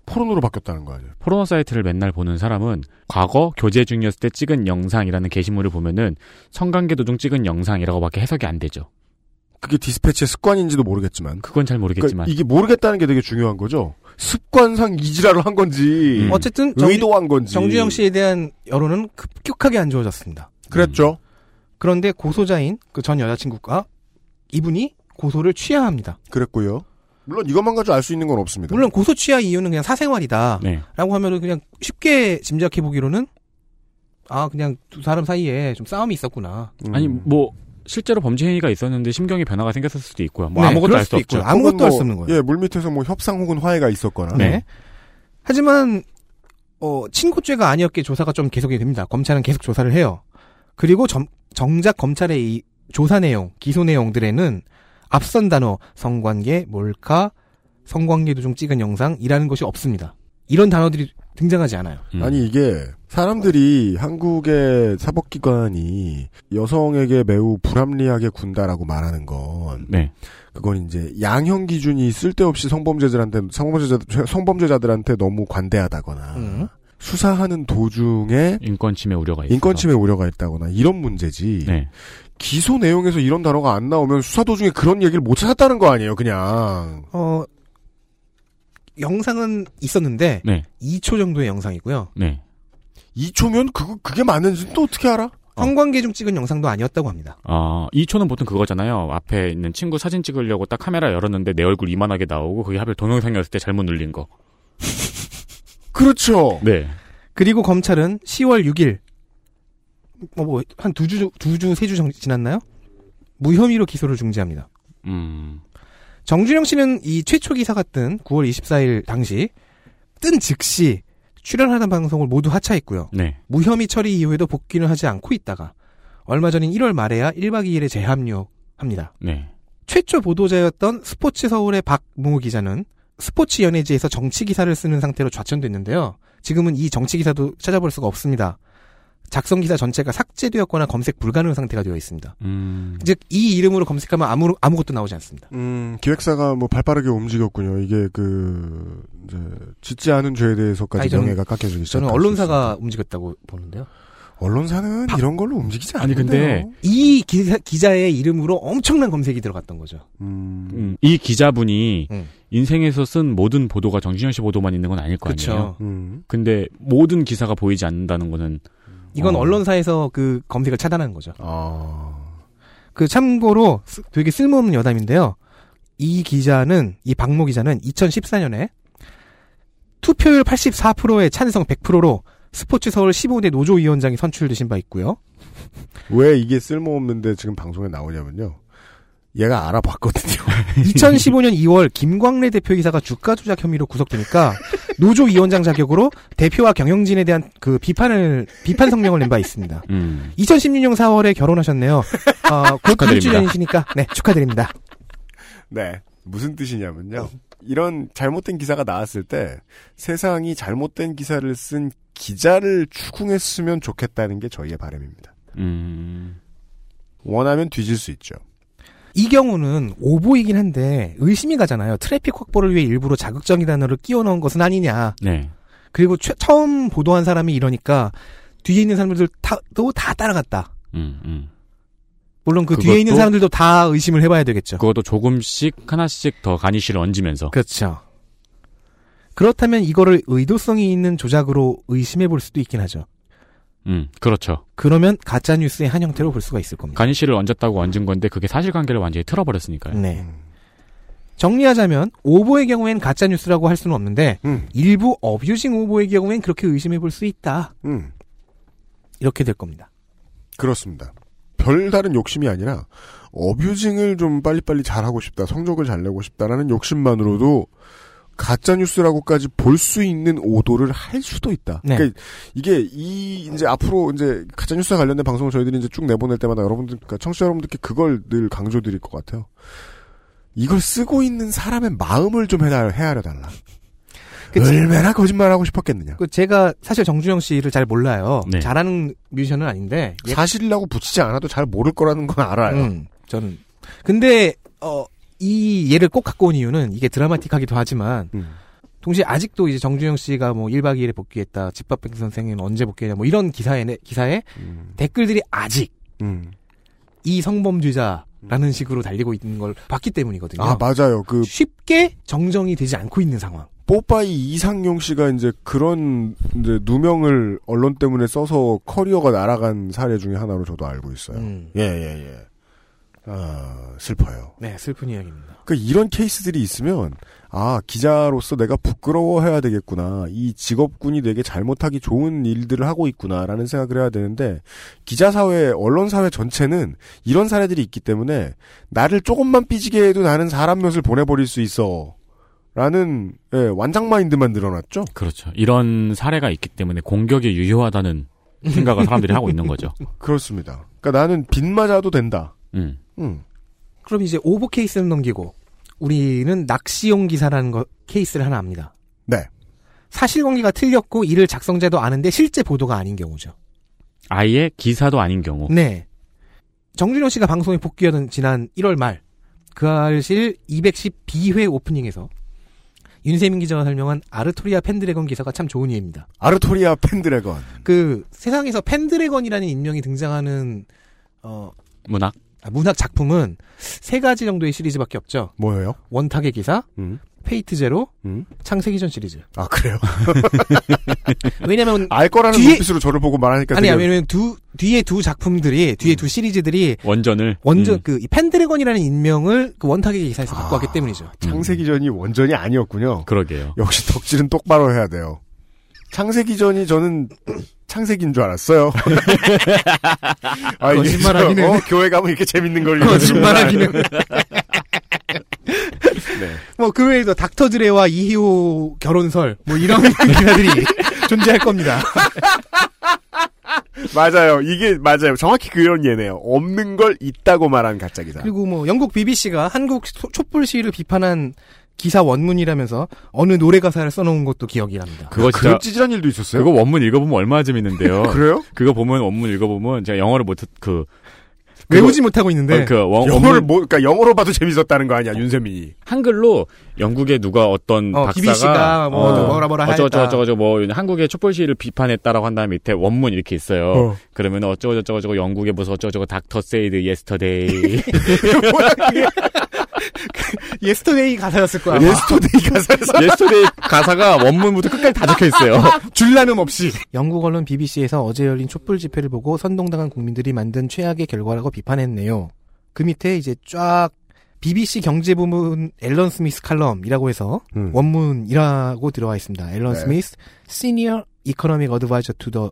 S2: 포르노로 바뀌었다는 거 아니에요?
S5: 포르노 사이트를 맨날 보는 사람은 과거 교제 중이었을 때 찍은 영상이라는 게시물을 보면은 성관계 도중 찍은 영상이라고밖에 해석이 안 되죠.
S2: 그게 디스패치의 습관인지도 모르겠지만.
S5: 그건 잘 모르겠지만.
S2: 그러니까 이게 모르겠다는 게 되게 중요한 거죠. 습관상 이지랄을 한 건지
S5: 음.
S9: 어쨌든 정,
S2: 의도한 건지.
S9: 정준영 씨에 대한 여론은 급격하게 안 좋아졌습니다.
S2: 그랬죠.
S5: 음.
S9: 그런데 고소자인 그 전 여자친구가 이분이 고소를 취하합니다.
S2: 그랬고요. 물론 이것만 가지고 알 수 있는 건 없습니다.
S9: 물론 고소 취하 이유는 그냥 사생활이다.
S5: 네.
S9: 라고 하면은 그냥 쉽게 짐작해 보기로는 아 그냥 두 사람 사이에 좀 싸움이 있었구나.
S2: 음.
S5: 아니 뭐 실제로 범죄 행위가 있었는데 심경의 변화가 생겼을 수도 있고요. 뭐
S9: 네,
S5: 아무것도
S9: 그럴
S5: 알 수
S9: 수도
S5: 없죠.
S9: 있고요. 아무것도
S2: 혹은
S9: 알 수 없는 거예요.
S2: 예, 물밑에서 뭐 협상 혹은 화해가 있었거나.
S9: 네.
S5: 네.
S9: 하지만 어 친고죄가 아니었기에 조사가 좀 계속이 됩니다. 검찰은 계속 조사를 해요. 그리고 점- 정작 검찰의 이 조사 내용, 기소 내용들에는 앞선 단어 성관계, 몰카, 성관계 도중 찍은 영상이라는 것이 없습니다. 이런 단어들이 등장하지 않아요.
S5: 음.
S2: 아니 이게 사람들이 한국의 사법기관이 여성에게 매우 불합리하게 군다라고 말하는 건
S5: 네.
S2: 그건 이제 양형
S5: 아.
S2: 기준이 쓸데없이 성범죄자들한테 성범죄자 성범죄자들한테 너무 관대하다거나
S9: 음.
S2: 수사하는 도중에
S5: 인권 침해 우려가 네, 있어서.
S2: 인권 침해 우려가 있다거나 이런 문제지.
S5: 네.
S2: 기소 내용에서 이런 단어가 안 나오면 수사 도중에 그런 얘기를 못 찾았다는 거 아니에요, 그냥.
S9: 어, 영상은 있었는데
S5: 네.
S9: 2초 정도의 영상이고요.
S5: 네.
S2: 2초면 그 그게 맞는지는 또 어떻게 알아?
S9: 형광계 중 찍은 영상도 아니었다고 합니다.
S5: 어, 2초는 보통 그거잖아요. 앞에 있는 친구 사진 찍으려고 딱 카메라 열었는데 내 얼굴 이만하게 나오고 그게 하필 동영상이었을 때 잘못 눌린 거.
S2: 그렇죠.
S5: 네.
S9: 그리고 검찰은 10월 6일 뭐한 두 주 두 주 세 주 지났나요? 무혐의로 기소를 중지합니다.
S5: 음.
S9: 정준영 씨는 이 최초 기사가 뜬 9월 24일 당시 뜬 즉시 출연하는 방송을 모두 하차했고요.
S5: 네.
S9: 무혐의 처리 이후에도 복귀는 하지 않고 있다가 얼마 전인 1월 말에야 1박 2일에 재합류합니다.
S5: 네.
S9: 최초 보도자였던 스포츠 서울의 박모 기자는 스포츠 연예지에서 정치 기사를 쓰는 상태로 좌천됐는데요. 지금은 이 정치 기사도 찾아볼 수가 없습니다. 작성 기사 전체가 삭제되었거나 검색 불가능 상태가 되어 있습니다.
S5: 음.
S9: 즉 이 이름으로 검색하면 아무 아무것도 나오지 않습니다.
S2: 음, 기획사가 뭐 발빠르게 움직였군요. 이게 그 이제 짓지 않은 죄에 대해서까지
S9: 아니, 저는-
S2: 명예가 깎여지기 시작.
S9: 저는 언론사가 움직였다고 음. 보는데요.
S2: 언론사는
S9: 박-
S2: 이런 걸로 움직이지
S5: 아니,
S2: 않는데요.
S5: 근데-
S9: 이 기사, 기자의 이름으로 엄청난 검색이 들어갔던 거죠.
S2: 음,
S5: 음, 이 기자분이
S9: 음.
S5: 인생에서 쓴 모든 보도가 정준현 씨 보도만 있는 건 아닐 거 아니에요.
S9: 그렇죠.
S2: 음.
S5: 근데 모든 기사가 보이지 않는다는 거는
S9: 이건
S5: 어.
S9: 언론사에서 그 검색을 차단한 거죠.
S2: 아,
S9: 그 참고로 쓰- 되게 쓸모없는 여담인데요. 이 기자는 이 박모 기자는 2014년에 투표율 84%의 찬성 100%로 스포츠 서울 15대 노조위원장이 선출되신 바 있고요.
S2: 왜 이게 쓸모없는데 지금 방송에 나오냐면요. 얘가 알아봤거든요.
S9: 2015년 2월 김광래 대표이사가 주가 조작 혐의로 구속되니까 노조위원장 자격으로 대표와 경영진에 대한 그 비판을 비판 성명을 낸 바 있습니다.
S5: 음.
S9: 2016년 4월에 결혼하셨네요. 어, 곧
S5: 축하드립니다.
S9: 1주년이시니까 네 축하드립니다.
S2: 네. 무슨 뜻이냐면요. 이런 잘못된 기사가 나왔을 때 세상이 잘못된 기사를 쓴 기자를 추궁했으면 좋겠다는 게 저희의 바람입니다.
S5: 음.
S2: 원하면 뒤질 수 있죠.
S9: 이 경우는 오보이긴 한데 의심이 가잖아요. 트래픽 확보를 위해 일부러 자극적인 단어를 끼워 넣은 것은 아니냐.
S5: 네.
S9: 그리고 최- 처음 보도한 사람이 이러니까 뒤에 있는 사람들도 다, 또 다 따라갔다.
S5: 음. 음.
S9: 물론 그
S5: 그것도-
S9: 뒤에 있는 사람들도 다 의심을 해봐야 되겠죠.
S5: 그것도 조금씩 하나씩 더 가니쉬를 얹으면서
S9: 그렇죠. 그렇다면 이거를 의도성이 있는 조작으로 의심해 볼 수도 있긴 하죠.
S5: 음. 그렇죠.
S9: 그러면 가짜 뉴스의 한 형태로 볼 수가 있을 겁니다.
S5: 가니 씨를 얹었다고 얹은 건데 그게 사실관계를 완전히 틀어버렸으니까요.
S9: 네.
S2: 음.
S9: 정리하자면 오보의 경우엔 가짜 뉴스라고 할 수는 없는데
S2: 음.
S9: 일부 어뷰징 오보의 경우엔 그렇게 의심해 볼 수 있다.
S2: 음.
S9: 이렇게 될 겁니다.
S2: 그렇습니다. 별다른 욕심이 아니라 어뷰징을 좀 빨리빨리 잘하고 싶다, 성적을 잘 내고 싶다라는 욕심만으로도 가짜 뉴스라고까지 볼 수 있는 오도를 할 수도 있다.
S9: 네.
S2: 그러니까 이게 이 이제 앞으로 이제 가짜 뉴스와 관련된 방송을 저희들이 이제 쭉 내보낼 때마다 여러분들, 그러니까 청취자 여러분들께 그걸 늘 강조드릴 것 같아요. 이걸 쓰고 있는 사람의 마음을 좀 해달, 헤아려 달라.
S9: 그치.
S2: 얼마나 거짓말하고 싶었겠느냐.
S9: 그 제가 사실 정준영 씨를 잘 몰라요.
S5: 네.
S9: 잘하는 뮤지션은 아닌데. 예-
S2: 사실이라고 붙이지 않아도 잘 모를 거라는 건 알아요.
S9: 음, 저는. 근데 어 이 예를 꼭 갖고 온 이유는 이게 드라마틱하기도 하지만
S2: 음.
S9: 동시에 아직도 이제 정준영 씨가 뭐 1박 2일에 복귀했다. 집밥백 선생님 언제 복귀하냐 뭐 이런 기사에 기사에
S2: 음.
S9: 댓글들이 아직
S2: 음.
S9: 이 성범죄자라는 식으로 달리고 있는 걸 봤기 때문이거든요.
S2: 아, 맞아요. 그
S9: 쉽게 정정이 되지 않고 있는 상황.
S2: 뽀빠이 이상용 씨가 이제 그런 이제 누명을 언론 때문에 써서 커리어가 날아간 사례 중에 하나로 저도 알고 있어요.
S9: 음.
S2: 예, 예, 예. 아, 슬퍼요.
S9: 네, 슬픈 이야기입니다.
S2: 그 이런 케이스들이 있으면 아, 기자로서 내가 부끄러워해야 되겠구나. 이 직업군이 되게 잘못하기 좋은 일들을 하고 있구나라는 생각을 해야 되는데 기자 사회, 언론 사회 전체는 이런 사례들이 있기 때문에 나를 조금만 삐지게 해도 나는 사람 몇을 보내 버릴 수 있어. 라는 예, 완장 마인드만 늘어났죠.
S5: 그렇죠. 이런 사례가 있기 때문에 공격이 유효하다는 생각을 사람들이 하고 있는 거죠.
S2: 그렇습니다. 그러니까 나는 빚 맞아도 된다.
S5: 음.
S2: 음.
S9: 그럼 이제 오버 케이스는 넘기고 우리는 낚시용 기사라는 거 케이스를 하나 합니다.
S2: 네.
S9: 사실관계가 틀렸고 이를 작성자도 아는데 실제 보도가 아닌 경우죠.
S5: 아예 기사도 아닌 경우.
S9: 네. 정준영 씨가 방송에 복귀하던 지난 1월 말, 그 알실 212회 오프닝에서 윤세민 기자가 설명한 아르토리아 펜드래건 기사가 참 좋은 예입니다.
S2: 아르토리아 팬드래건.
S9: 그 세상에서 펜드래건이라는 인명이 등장하는 어,
S5: 문학.
S9: 아, 문학 작품은 세 가지 정도의 시리즈밖에 없죠.
S2: 뭐예요?
S9: 원탁의 기사,
S10: 음.
S9: 페이트 제로,
S10: 음.
S9: 창세기 전 시리즈.
S2: 아 그래요?
S9: 왜냐면
S2: 알 거라는
S9: 뒤에-
S2: 눈빛으로 저를 보고 말하니까
S9: 아니
S2: 아, 그러니까 되게
S9: 왜냐면 두 뒤에 두 작품들이 뒤에 두 시리즈들이
S5: 원전을.
S9: 원전
S5: 음.
S9: 그이 펜드래건이라는 인명을 그 원탁의 기사에서 갖고 왔기 때문이죠.
S2: 창세기전이 원전이 아니었군요.
S5: 그러게요.
S2: 역시 덕질은 똑바로 해야 돼요. 창세기전이 저는 창세기인 줄 알았어요. 아, 이게
S9: 거짓말
S2: 저-
S9: 아니네.
S2: 어, 교회 가면 이렇게 재밌는 걸
S9: 거짓말하기는. 뭐그 외에도 닥터 드레와 이희호 결혼설 뭐 이런 기사들이 존재할 겁니다.
S2: 맞아요. 이게 맞아요. 정확히 그런 예네요. 없는 걸 있다고 말한 가짜기다.
S9: 그리고 뭐 영국 BBC가 한국 소- 촛불 시위를 비판한 기사 원문이라면서 어느 노래 가사를 써놓은 것도 기억이 납니다.
S5: 그거 진짜.
S2: 아, 그런 찌질한 일도 있었어요.
S5: 그거 원문 읽어보면 얼마나 재밌는데요.
S2: 그래요?
S5: 그거 보면 원문 읽어보면 제가 영어를 못 그.
S9: 외우지 못하고 있는데
S5: 어, 그 원,
S2: 영어를
S5: 원문-
S2: 뭐, 그러니까 영어로 봐도 재밌었다는 거 아니야, 윤세민이.
S5: 한글로 영국에 누가 어떤
S9: 어,
S5: 박사가
S9: BBC 뭐 뭐라 뭐라
S5: 어쩌고
S9: 하였다.
S5: 저쩌고 저쩌고 뭐 한국의 촛불 시위를 비판했다라고 한 다음 밑에 원문 이렇게 있어요.
S2: 어.
S5: 그러면 어쩌고 저쩌고 저쩌고 영국의 무슨 어쩌고 저쩌고 닥터 세이드 예스터데이
S9: 예스터데이 가사였을 거야.
S2: 예스터데이 가사에서
S5: 예스터데이 가사가 원문부터 끝까지 다 적혀 있어요.
S2: 줄나눔 없이.
S9: 영국 언론 BBC에서 어제 열린 촛불 집회를 보고 선동당한 국민들이 만든 최악의 결과라고 비판했네요. 그 밑에 이제 쫙 BBC 경제부문 앨런 스미스 칼럼이라고 해서
S10: 음.
S9: 원문이라고 들어와 있습니다. 앨런
S2: 네.
S9: 스미스 Senior Economic Advisor to the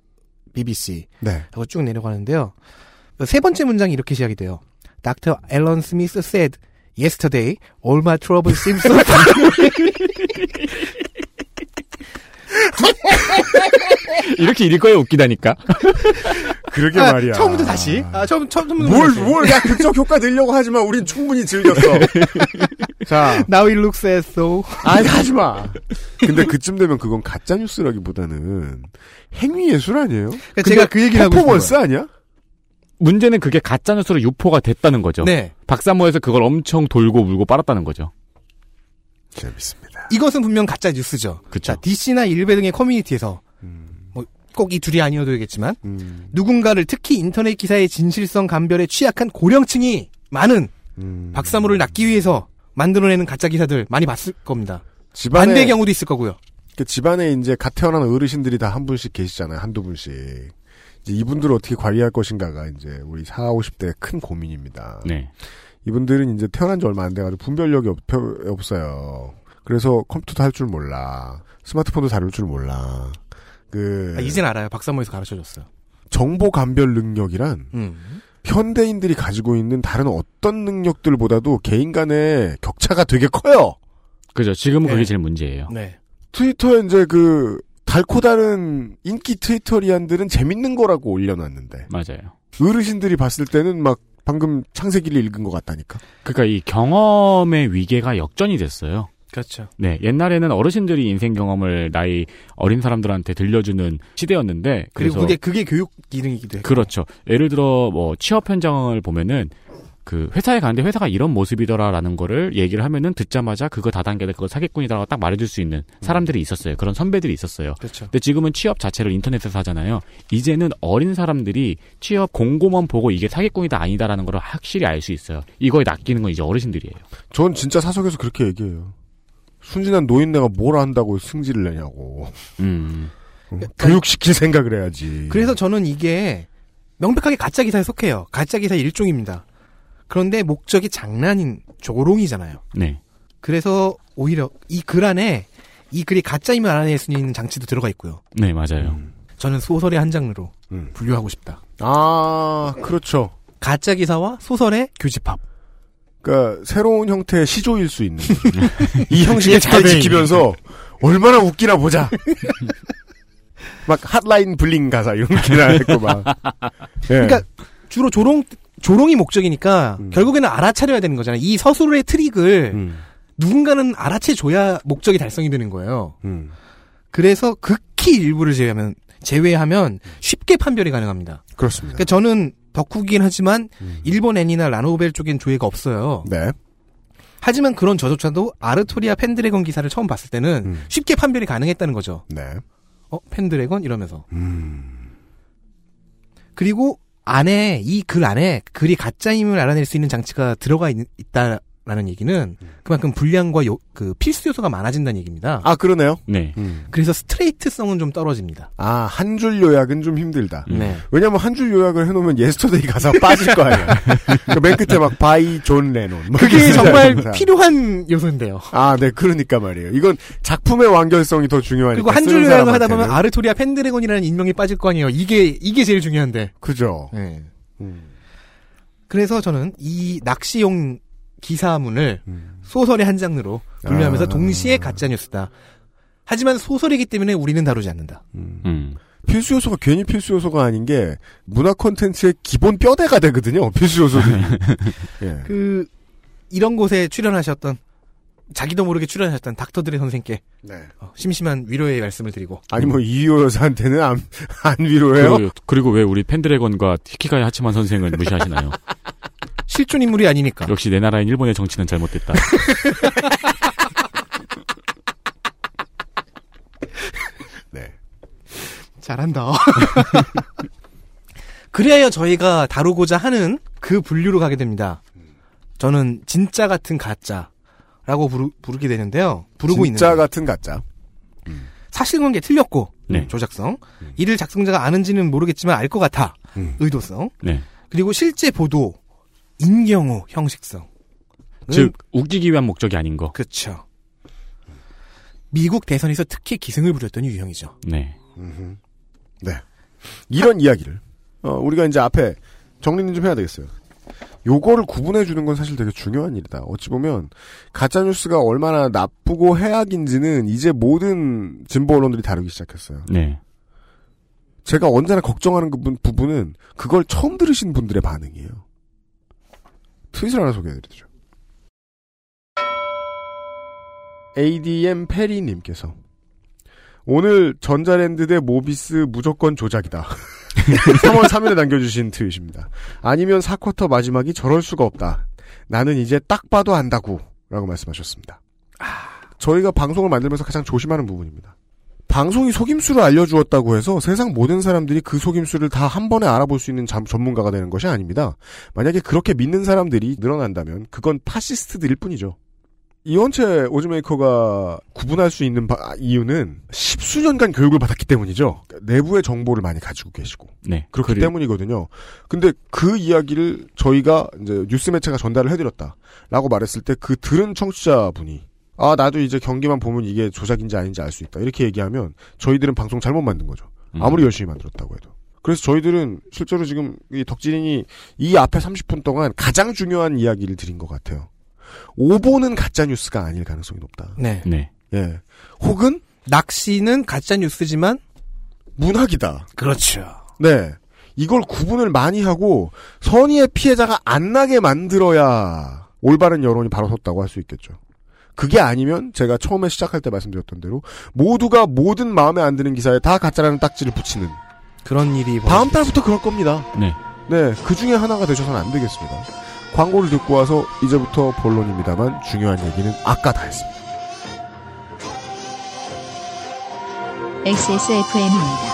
S9: BBC
S2: 네.
S9: 하고 쭉 내려가는데요. 세 번째 문장이 이렇게 시작이 돼요. Dr. Alan Smith said yesterday all my trouble seems so far away."
S5: 이렇게 읽을 거에 웃기다니까.
S2: 그러게
S9: 아,
S2: 말이야.
S9: 처음부터 다시. 아, 처음 처음부터
S2: 뭘,
S9: 다시.
S2: 뭘, 야, 극적 효과 내려고 하지만 우린 충분히 즐겼어. 자,
S9: Now it looks as though
S2: 아니, 하지 마. 근데 그쯤 되면 그건 가짜뉴스라기보다는 행위예술 아니에요?
S9: 제가 그 얘기를 하고 있는
S2: 퍼포먼스 아니야?
S5: 문제는 그게 가짜 뉴스로 유포가 됐다는 거죠.
S9: 네.
S5: 박사모에서 그걸 엄청 돌고 물고 빨았다는 거죠.
S2: 재밌습니다.
S9: 이것은 분명 가짜 뉴스죠.
S5: 그쵸. 음.
S9: 자, DC나 일베 등의 커뮤니티에서 뭐 꼭 이 둘이 아니어도겠지만
S2: 음,
S9: 누군가를 특히 인터넷 기사의 진실성 감별에 취약한 고령층이 많은
S2: 음.
S9: 박사모를 낚기 위해서 만들어내는 가짜 기사들 많이 봤을 겁니다.
S5: 네.
S2: 집안에,
S9: 반대의 경우도 있을 거고요.
S2: 그 집안에 이제 갓 태어난 어르신들이 다 한 분씩 계시잖아요. 한두 분씩. 이제 이분들을 어떻게 관리할 것인가가 이제 우리 4, 50대의 큰 고민입니다.
S5: 네.
S2: 이분들은 이제 태어난 지 얼마 안 돼가지고 분별력이 없, 펴- 없어요. 그래서 컴퓨터도 할 줄 몰라. 스마트폰도 다룰 줄 몰라. 그
S5: 네.
S9: 아, 이젠 알아요. 박사모에서 가르쳐줬어요.
S2: 정보 감별 능력이란
S9: 음.
S2: 현대인들이 가지고 있는 다른 어떤 능력들보다도 개인 간의 격차가 되게 커요.
S5: 그죠. 지금은
S9: 네.
S5: 그게 제일 문제예요.
S9: 네.
S2: 트위터에 이제 그 달코 다른 인기 트위터리안들은 재밌는 거라고 올려놨는데
S5: 맞아요.
S2: 어르신들이 봤을 때는 막 방금 창세기를 읽은 것 같다니까.
S5: 그러니까 이 경험의 위계가 역전이 됐어요.
S9: 그렇죠.
S5: 네, 옛날에는 어르신들이 인생 경험을 나이 어린 사람들한테 들려주는 시대였는데
S9: 그리고
S5: 그래서
S9: 그게 그게 교육 기능이기도 해요.
S5: 그렇죠. 예를 들어 뭐 취업 현장을 보면은 그 회사에 가는데 회사가 이런 모습이더라라는 거를 얘기를 하면은 듣자마자 그거 다단계다 그거 사기꾼이다라고 딱 말해줄 수 있는 사람들이 있었어요. 그런 선배들이 있었어요.
S9: 음. 그렇죠.
S5: 근데 지금은 취업 자체를 인터넷에서 하잖아요. 이제는 어린 사람들이 취업 공고만 보고 이게 사기꾼이다 아니다라는 걸 확실히 알 수 있어요. 이거에 낚이는 건 이제 어르신들이에요.
S2: 전 진짜 사석에서 그렇게 얘기해요. 순진한 노인네가 뭘 안다고 승질을 내냐고.
S5: 음.
S2: 교육시킬 생각을 해야지.
S9: 그래서 저는 이게 명백하게 가짜 기사에 속해요. 가짜 기사의 일종입니다. 그런데 목적이 장난인 조롱이잖아요.
S5: 네.
S9: 그래서 오히려 이 글 안에 이 글이 가짜임을 알아낼 수 있는 장치도 들어가 있고요.
S5: 네, 맞아요.
S9: 음. 저는 소설의 한 장르로
S2: 음.
S9: 분류하고 싶다.
S2: 아 그렇죠.
S9: 가짜 기사와 소설의 교집합.
S2: 그러니까 새로운 형태의 시조일 수 있는 거죠. 이 형식을 잘 지키면서 얼마나 웃기나 보자. 막 핫라인 블링 가사 이런 게나 했고 막. 예.
S9: 그러니까 주로 조롱 조롱이 목적이니까
S2: 음.
S9: 결국에는 알아차려야 되는 거잖아요. 이 서술의 트릭을
S2: 음,
S9: 누군가는 알아채줘야 목적이 달성이 되는 거예요.
S2: 음.
S9: 그래서 극히 일부를 제외하면 제외하면 쉽게 판별이 가능합니다.
S2: 그렇습니다.
S9: 그러니까 저는 덕후긴 하지만
S2: 음.
S9: 일본 애니나 라노벨 쪽엔 조예가 없어요.
S2: 네.
S9: 하지만 그런 저조차도 아르토리아 팬드래곤 기사를 처음 봤을 때는
S2: 음.
S9: 쉽게 판별이 가능했다는 거죠.
S2: 네.
S9: 어, 팬드래곤 이러면서.
S2: 음.
S9: 그리고 안에 이 글 안에 글이 가짜임을 알아낼 수 있는 장치가 들어가 있, 다라는 얘기는 그만큼 분량과 요- 그 필수 요소가 많아진다는 얘기입니다.
S2: 음. 아 그러네요.
S5: 네.
S2: 음.
S9: 그래서 스트레이트성은 좀 떨어집니다.
S2: 아한 줄 요약은 좀 힘들다.
S5: 음.
S9: 네.
S2: 왜냐면 한 줄 요약을 해놓으면 예스터데이 가사 빠질 거 아니야. 그맨 끝에 막 바이 존 레논. 뭐
S9: 그게
S2: 이런
S9: 정말
S2: 가사.
S9: 필요한 요소인데요.
S2: 아, 네, 그러니까 말이에요. 이건 작품의 완결성이 더 중요하니까.
S9: 그리고 한
S2: 쓰는
S9: 줄 요약을 하다
S2: 사람한테는.
S9: 보면 아르토리아 팬드래곤이라는 인명이 빠질 거 아니에요. 이게 이게 제일 중요한데.
S2: 그죠.
S9: 네.
S2: 음.
S9: 그래서 저는 이 낚시용 기사문을
S2: 음.
S9: 소설의 한 장르로 분류하면서
S2: 아.
S9: 동시에 가짜 뉴스다. 하지만 소설이기 때문에 우리는 다루지 않는다.
S5: 음.
S2: 필수 요소가 괜히 필수 요소가 아닌 게 문화 콘텐츠의 기본 뼈대가 되거든요. 필수 요소들이. 예.
S9: 그 이런 곳에 출연하셨던 자기도 모르게 출연하셨던 닥터들의 선생께
S2: 네.
S9: 어, 심심한 위로의 말씀을 드리고
S2: 아니 뭐 이효 여사한테는 안, 안 위로해요.
S5: 그리고, 그리고 왜 우리 팬드래곤과 히키가이 하치만 선생을 무시하시나요?
S9: 실존 인물이 아니니까
S5: 역시 내 나라인 일본의 정치는 잘못됐다.
S2: 네.
S9: 잘한다. 그래야 저희가 다루고자 하는 그 분류로 가게 됩니다. 저는 진짜 같은 가짜라고 부르, 부르게 되는데요. 부르고
S2: 진짜
S9: 있는
S2: 같은 가짜.
S9: 사실관계 틀렸고
S5: 네.
S9: 조작성 이를 작성자가 아는지는 모르겠지만 알 것 같아
S2: 음.
S9: 의도성
S5: 네.
S9: 그리고 실제 보도 인경우 형식성
S2: 음.
S5: 즉 웃기기 위한 목적이 아닌 거.
S9: 그렇죠. 미국 대선에서 특히 기승을 부렸던 유형이죠.
S5: 네.
S2: 이런 이야기를 어, 우리가 이제 앞에 정리는 좀 해야 되겠어요. 요거를 구분해 주는 건 사실 되게 중요한 일이다. 어찌 보면 가짜 뉴스가 얼마나 나쁘고 해악인지는 이제 모든 진보 언론들이 다루기 시작했어요.
S5: 네.
S2: 제가 언제나 걱정하는 그 분- 부분은 그걸 처음 들으신 분들의 반응이에요. 트윗을 하나 소개해드리죠. ADM 페리님께서 오늘 전자랜드 대 모비스 무조건 조작이다. 3월 3일에 남겨주신 트윗입니다. 아니면 4쿼터 마지막이 저럴 수가 없다. 나는 이제 딱 봐도 안다고 라고 말씀하셨습니다. 저희가 방송을 만들면서 가장 조심하는 부분입니다. 방송이 속임수를 알려주었다고 해서 세상 모든 사람들이 그 속임수를 다 한 번에 알아볼 수 있는 잠- 전문가가 되는 것이 아닙니다. 만약에 그렇게 믿는 사람들이 늘어난다면 그건 파시스트들일 뿐이죠. 이원채 오즈메이커가 구분할 수 있는 바- 아, 이유는 십수년간 교육을 받았기 때문이죠. 그러니까 내부의 정보를 많이 가지고 계시고
S5: 네.
S2: 그렇기 때문이거든요. 근데 그 이야기를 저희가 이제 뉴스 매체가 전달을 해드렸다라고 말했을 때 그 들은 청취자분이 아 나도 이제 경기만 보면 이게 조작인지 아닌지 알 수 있다 이렇게 얘기하면 저희들은 방송 잘못 만든 거죠.
S5: 음.
S2: 아무리 열심히 만들었다고 해도. 그래서 저희들은 실제로 지금 이 덕진이 이 앞에 30분 동안 가장 중요한 이야기를 드린 것 같아요. 오보는 가짜 뉴스가 아닐 가능성이 높다.
S9: 네.
S5: 네.
S2: 예, 혹은
S9: 낚시는 가짜 뉴스지만
S2: 문학이다.
S9: 그렇죠.
S2: 네. 이걸 구분을 많이 하고 선의의 피해자가 안 나게 만들어야 올바른 여론이 바로 섰다고 할 수 있겠죠. 그게 아니면 제가 처음에 시작할 때 말씀드렸던 대로 모두가 모든 마음에 안 드는 기사에 다 가짜라는 딱지를 붙이는
S9: 그런 일이
S2: 다음
S9: 벌어지겠죠.
S2: 달부터 그럴 겁니다.
S5: 네.
S2: 네. 그 중에 하나가 되셔서는 안 되겠습니다. 광고를 듣고 와서 이제부터 본론입니다만 중요한 얘기는 아까 다 했습니다.
S1: XSFM입니다.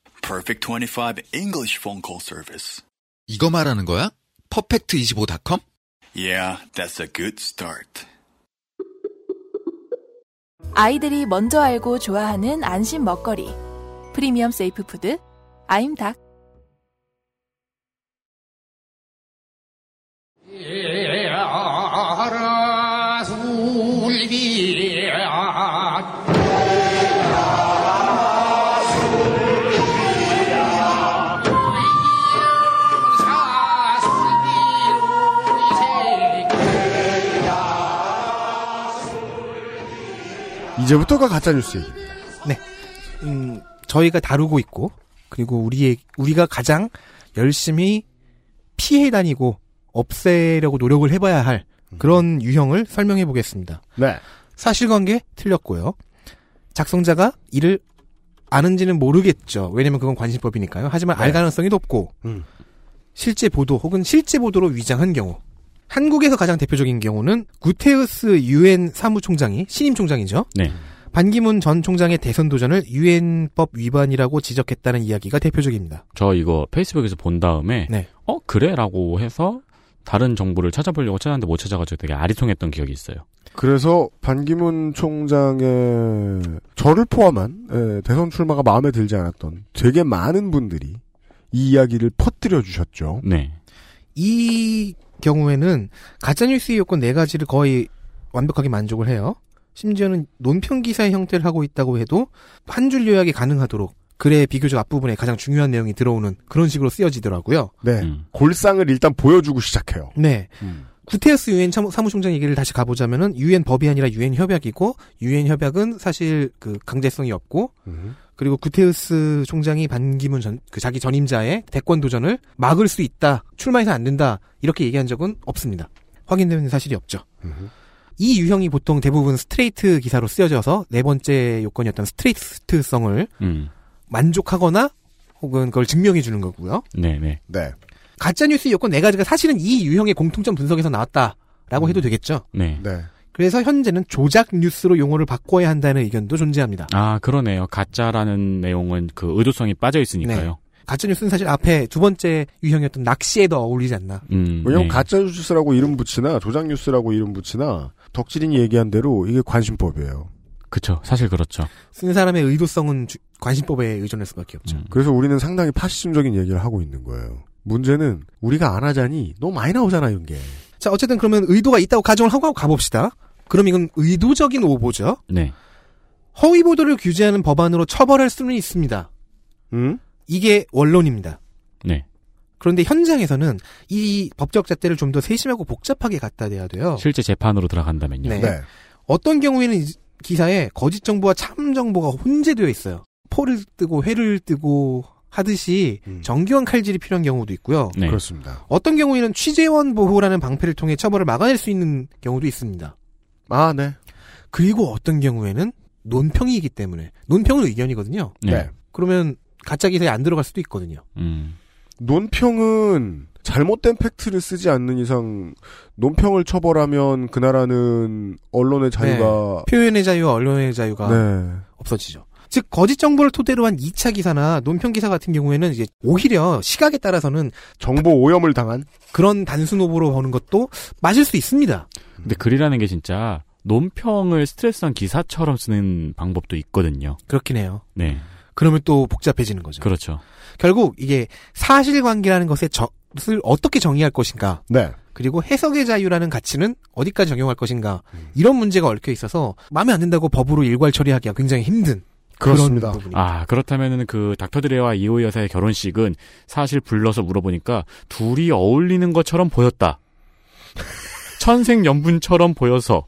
S11: Perfect 25 English phone call service.
S12: 이거 말하는 거야? 퍼펙트25.com?
S11: Yeah, that's a good start.
S13: 아이들이 먼저 알고 좋아하는 안심 먹거리. 프리미엄 세이프 푸드 아임닭.
S2: 이제부터가 가짜뉴스 얘기입니다.
S9: 네. 음, 저희가 다루고 있고, 그리고 우리의, 우리가 가장 열심히 피해 다니고, 없애려고 노력을 해봐야 할 그런 유형을 설명해 보겠습니다.
S2: 네.
S9: 사실관계 틀렸고요. 작성자가 이를 아는지는 모르겠죠. 왜냐면 그건 관심법이니까요. 하지만 알
S2: 네.
S9: 가능성이 높고,
S2: 음.
S9: 실제 보도 혹은 실제 보도로 위장한 경우. 한국에서 가장 대표적인 경우는 구테우스 유엔 사무총장이 신임 총장이죠.
S5: 네.
S9: 반기문 전 총장의 대선 도전을 유엔법 위반이라고 지적했다는 이야기가 대표적입니다.
S5: 저 이거 페이스북에서 본 다음에
S9: 네.
S5: 어 그래라고 해서 다른 정보를 찾아보려고 찾았는데 못 찾아가지고 되게 아리송했던 기억이 있어요.
S2: 그래서 반기문 총장의 저를 포함한 예, 대선 출마가 마음에 들지 않았던 되게 많은 분들이 이 이야기를 퍼뜨려 주셨죠.
S5: 네.
S9: 이 경우에는 가짜뉴스의 요건 네 가지를 거의 완벽하게 만족을 해요. 심지어는 논평 기사의 형태를 하고 있다고 해도 한 줄 요약이 가능하도록 글의 비교적 앞부분에 가장 중요한 내용이 들어오는 그런 식으로 쓰여지더라고요.
S2: 네.
S5: 음.
S2: 골상을 일단 보여주고 시작해요.
S9: 네. 구테스 유엔 참- 사무총장 얘기를 다시 가보자면은 유엔 법이 아니라 유엔 협약이고 유엔 협약은 사실 그 강제성이 없고 그리고 구테우스 총장이 반기문 전, 그 자기 전임자의 대권 도전을 막을 수 있다. 출마해서 안 된다. 이렇게 얘기한 적은 없습니다. 확인된 사실이 없죠. 이 유형이 보통 대부분 스트레이트 기사로 쓰여져서 네 번째 요건이었던 스트레이트성을
S5: 음.
S9: 만족하거나 혹은 그걸 증명해 주는 거고요.
S5: 네, 네.
S2: 네.
S9: 가짜뉴스 요건 네 가지가 사실은 이 유형의 공통점 분석에서 나왔다라고 해도 되겠죠.
S5: 네.
S9: 그래서 현재는 조작 뉴스로 용어를 바꿔야 한다는 의견도 존재합니다.
S5: 아, 그러네요. 가짜라는 내용은 그 의도성이 빠져 있으니까요.
S9: 가짜뉴스는 사실 앞에 두 번째 유형이었던 낚시에 더 어울리지 않나.
S5: 음.
S2: 왜냐면
S5: 네.
S2: 가짜 뉴스라고 이름 붙이나 조작 뉴스라고 이름 붙이나 덕질인이 얘기한 대로 이게 관심법이에요.
S5: 그쵸. 사실 그렇죠.
S9: 쓴 사람의 의도성은 주- 관심법에 의존할 수밖에 없죠.
S5: 음,
S2: 그래서 우리는 상당히 파시즘적인 얘기를 하고 있는 거예요. 문제는 우리가 안 하자니 너무 많이 나오잖아요, 이게.
S9: 자, 어쨌든 그러면 의도가 있다고 가정을 하고 가봅시다. 그럼 이건 의도적인 오보죠.
S5: 네.
S9: 허위 보도를 규제하는 법안으로 처벌할 수는 있습니다.
S2: 음?
S9: 이게 원론입니다.
S5: 네.
S9: 그런데 현장에서는 이 법적 잣대를 좀 더 세심하고 복잡하게 갖다 대야 돼요.
S5: 실제 재판으로 들어간다면요.
S9: 네. 어떤 경우에는 이 기사에 거짓 정보와 참 정보가 혼재되어 있어요. 포를 뜨고 회를 뜨고 하듯이 정교한 칼질이 필요한 경우도 있고요.
S5: 네.
S2: 음. 그렇습니다.
S9: 어떤 경우에는 취재원 보호라는 방패를 통해 처벌을 막아낼 수 있는 경우도 있습니다.
S2: 아, 네.
S9: 그리고 어떤 경우에는 논평이기 때문에 논평은 의견이거든요.
S2: 네. 네.
S9: 그러면 가짜 기사에 안 들어갈 수도 있거든요.
S5: 음.
S2: 논평은 잘못된 팩트를 쓰지 않는 이상 논평을 처벌하면 그 나라는 언론의 자유가
S9: 네. 표현의 자유와 언론의 자유가
S2: 네.
S9: 없어지죠. 즉 거짓 정보를 토대로 한 2차 기사나 논평 기사 같은 경우에는 이제 오히려 시각에 따라서는
S2: 정보 오염을 당한
S9: 그런 단순 오보로 보는 것도 맞을 수 있습니다.
S5: 근데 글이라는 게 진짜 논평을 스트레스한 기사처럼 쓰는 방법도 있거든요.
S9: 그렇긴 해요.
S5: 네.
S9: 그러면 또 복잡해지는 거죠.
S5: 그렇죠.
S9: 결국 이게 사실관계라는 것의 것을 어떻게 정의할 것인가,
S2: 네.
S9: 그리고 해석의 자유라는 가치는 어디까지 적용할 것인가
S5: 음.
S9: 이런 문제가 얽혀 있어서 마음에 안 든다고 법으로 일괄 처리하기가 굉장히 힘든
S2: 그렇습니다.
S9: 런
S5: 아, 그렇다면은 그 닥터드레와 이호이 여사의 결혼식은 사실 불러서 물어보니까 둘이 어울리는 것처럼 보였다. 천생연분처럼 보여서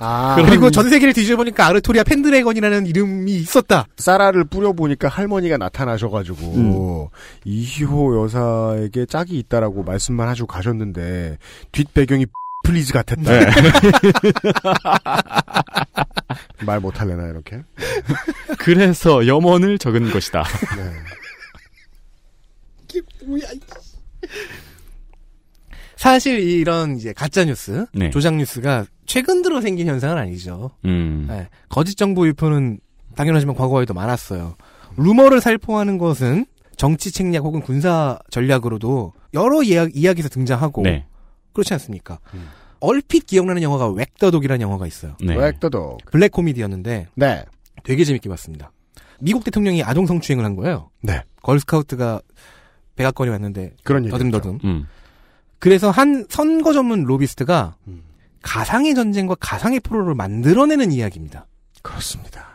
S2: 아,
S5: 아,
S9: 그리고 전 세계를 뒤져보니까 아르토리아 펜드래건이라는 이름이 있었다.
S2: 쌀알을 뿌려보니까 할머니가 나타나셔가지고 음. 이희호 여사에게 짝이 있다라고 말씀만 하시고 가셨는데 뒷배경이 플리즈 같았다.
S5: 네.
S2: 말 못할래나 이렇게?
S5: 그래서 염원을 적은 것이다.
S9: 사실 이런 이제 가짜 뉴스,
S5: 네.
S9: 조작 뉴스가 최근 들어 생긴 현상은 아니죠.
S5: 음.
S9: 네, 거짓 정보 유포는 당연하지만 과거에도 많았어요. 루머를 살포하는 것은 정치 책략 혹은 군사 전략으로도 여러 이야, 이야기에서 등장하고
S5: 네. 음.
S9: 그렇지 않습니까? 얼핏 기억나는 영화가 웩더독이라는 영화가 있어요.
S5: 네.
S2: 웩더독.
S9: 블랙 코미디였는데
S2: 네.
S9: 되게 재밌게 봤습니다. 미국 대통령이 아동 성추행을 한 거예요.
S2: 네. 예,
S9: 걸스카우트가 백악관에 왔는데
S2: 그런 얘기죠.
S9: 더듬더듬.
S5: 음.
S9: 그래서 한 선거 전문 로비스트가
S2: 음.
S9: 가상의 전쟁과 가상의 포로를 만들어내는 이야기입니다.
S2: 그렇습니다.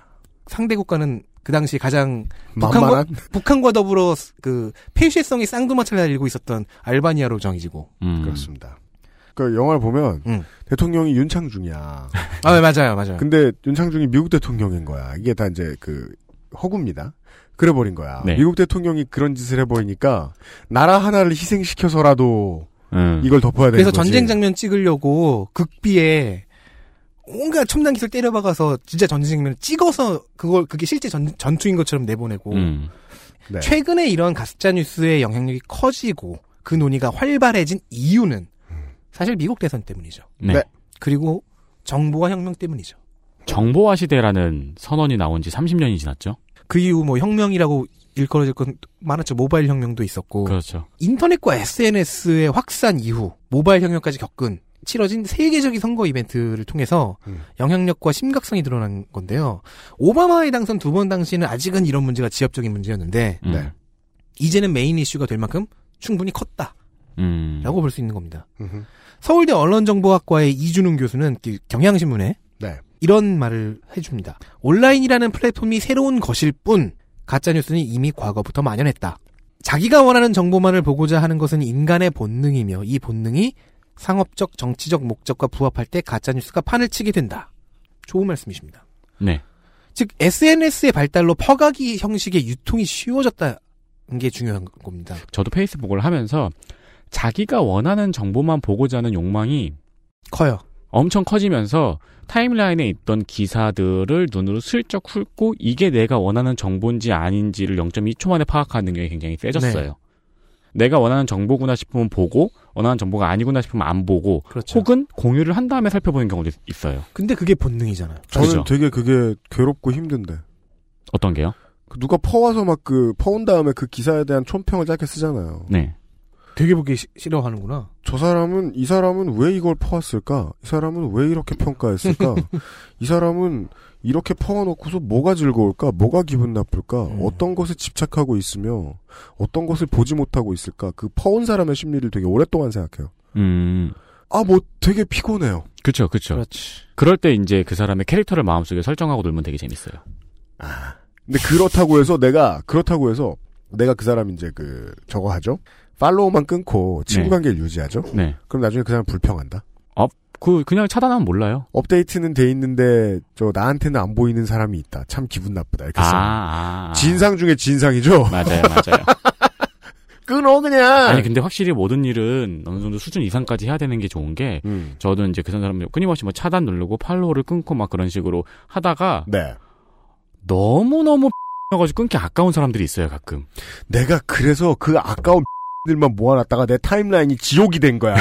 S9: 상대 국가는 그 당시 가장 북한과,
S2: 만만한?
S9: 북한과 더불어
S5: 음.
S9: 그 폐쇄성이 쌍두마차를 달리고 있었던 알바니아로 정해지고
S2: 그렇습니다. 그 영화를 보면
S9: 음.
S2: 대통령이 윤창중이야.
S9: 아, 네, 맞아요, 맞아요.
S2: 근데 윤창중이 미국 대통령인 거야. 이게 다 이제 그 허구입니다. 그래버린 거야.
S5: 네.
S2: 미국 대통령이 그런 짓을 해버리니까 나라 하나를 희생시켜서라도
S5: 음.
S2: 이걸 덮어야 되는
S9: 음. 그래서
S2: 거지.
S9: 전쟁 장면 찍으려고 극비에 온갖 첨단 기술 때려박아서 진짜 전쟁 장면 찍어서 그걸 그게 실제 전, 전투인 것처럼 내보내고
S5: 음.
S2: 네.
S9: 최근에 이런 가짜 뉴스의 영향력이 커지고 그 논의가 활발해진 이유는 사실 미국 대선 때문이죠.
S5: 네. 네.
S9: 그리고 정보화 혁명 때문이죠.
S5: 정보화 시대라는 선언이 나온 지 30년이 지났죠.
S9: 그 이후 뭐 혁명이라고 일컬어질 건 많았죠. 모바일 혁명도 있었고.
S5: 그렇죠.
S9: 인터넷과 SNS의 확산 이후 모바일 혁명까지 겪은 치러진 세계적인 선거 이벤트를 통해서 영향력과 심각성이 드러난 건데요. 오바마의 당선 두 번 당시는 아직은 이런 문제가 지엽적인 문제였는데
S5: 네.
S9: 이제는 메인 이슈가 될 만큼 충분히 컸다라고
S5: 음.
S9: 볼 수 있는 겁니다. 서울대 언론정보학과의 이준웅 교수는 그 경향신문에
S2: 네.
S9: 이런 말을 해줍니다. 온라인이라는 플랫폼이 새로운 것일 뿐 가짜뉴스는 이미 과거부터 만연했다. 자기가 원하는 정보만을 보고자 하는 것은 인간의 본능이며 이 본능이 상업적 정치적 목적과 부합할 때 가짜뉴스가 판을 치게 된다. 좋은 말씀이십니다.
S5: 네.
S9: 즉 SNS의 발달로 퍼가기 형식의 유통이 쉬워졌다는 게 중요한 겁니다.
S5: 저도 페이스북을 하면서 자기가 원하는 정보만 보고자 하는 욕망이
S9: 커요.
S5: 엄청 커지면서 타임라인에 있던 기사들을 눈으로 슬쩍 훑고 이게 내가 원하는 정보인지 아닌지를 0.2초 만에 파악하는 능력이 굉장히 세졌어요. 내가 원하는 정보구나 싶으면 보고 원하는 정보가 아니구나 싶으면 안 보고
S9: 그렇죠.
S5: 혹은 공유를 한 다음에 살펴보는 경우도 있어요.
S9: 근데 그게 본능이잖아요.
S2: 저는
S5: 그죠.
S2: 되게 그게 괴롭고 힘든데.
S5: 어떤 게요?
S2: 그 누가 퍼와서 막 그 퍼온 다음에 그 기사에 대한 촌평을 짧게 쓰잖아요.
S5: 네.
S9: 되게 보기 시- 싫어하는구나.
S2: 저 사람은 이 사람은 왜 이걸 퍼왔을까? 이 사람은 왜 이렇게 평가했을까? 이 사람은 이렇게 퍼놓고서 뭐가 즐거울까? 뭐가 기분 나쁠까?
S5: 음.
S2: 어떤 것에 집착하고 있으며 어떤 것을 보지 못하고 있을까? 그 퍼온 사람의 심리를 되게 오랫동안 생각해요.
S5: 음.
S2: 아 뭐 되게 피곤해요.
S5: 그쵸, 그쵸.
S9: 그렇지.
S5: 그럴 때 이제 그 사람의 캐릭터를 마음속에 설정하고 놀면 되게 재밌어요.
S2: 근데 그렇다고 해서 내가 그렇다고 해서 내가 그 사람 이제 그 저거 하죠. 팔로우만 끊고 친구
S5: 네.
S2: 관계를 유지하죠.
S5: 네.
S2: 그럼 나중에 그 사람 불평한다.
S5: 업, 그 그냥 차단하면 몰라요.
S2: 업데이트는 돼 있는데 저 나한테는 안 보이는 사람이 있다. 참 기분 나쁘다. 이렇게
S5: 아,
S2: 쓰면.
S5: 아, 아.
S2: 진상 중에 진상이죠.
S5: 맞아요, 맞아요.
S2: 끊어 그냥.
S5: 아니 근데 확실히 모든 일은 어느 정도 수준 이상까지 해야 되는 게 좋은 게
S2: 음.
S5: 저도 이제 그 사람들 끊임없이 뭐 차단 누르고 팔로우를 끊고 막 그런 식으로 하다가
S2: 네.
S5: 너무 너무 가지고 끊기 아까운 사람들이 있어요 가끔.
S2: 내가 그래서 그 아까운 들만 모아놨다가 내 타임라인이 지옥이 된 거야.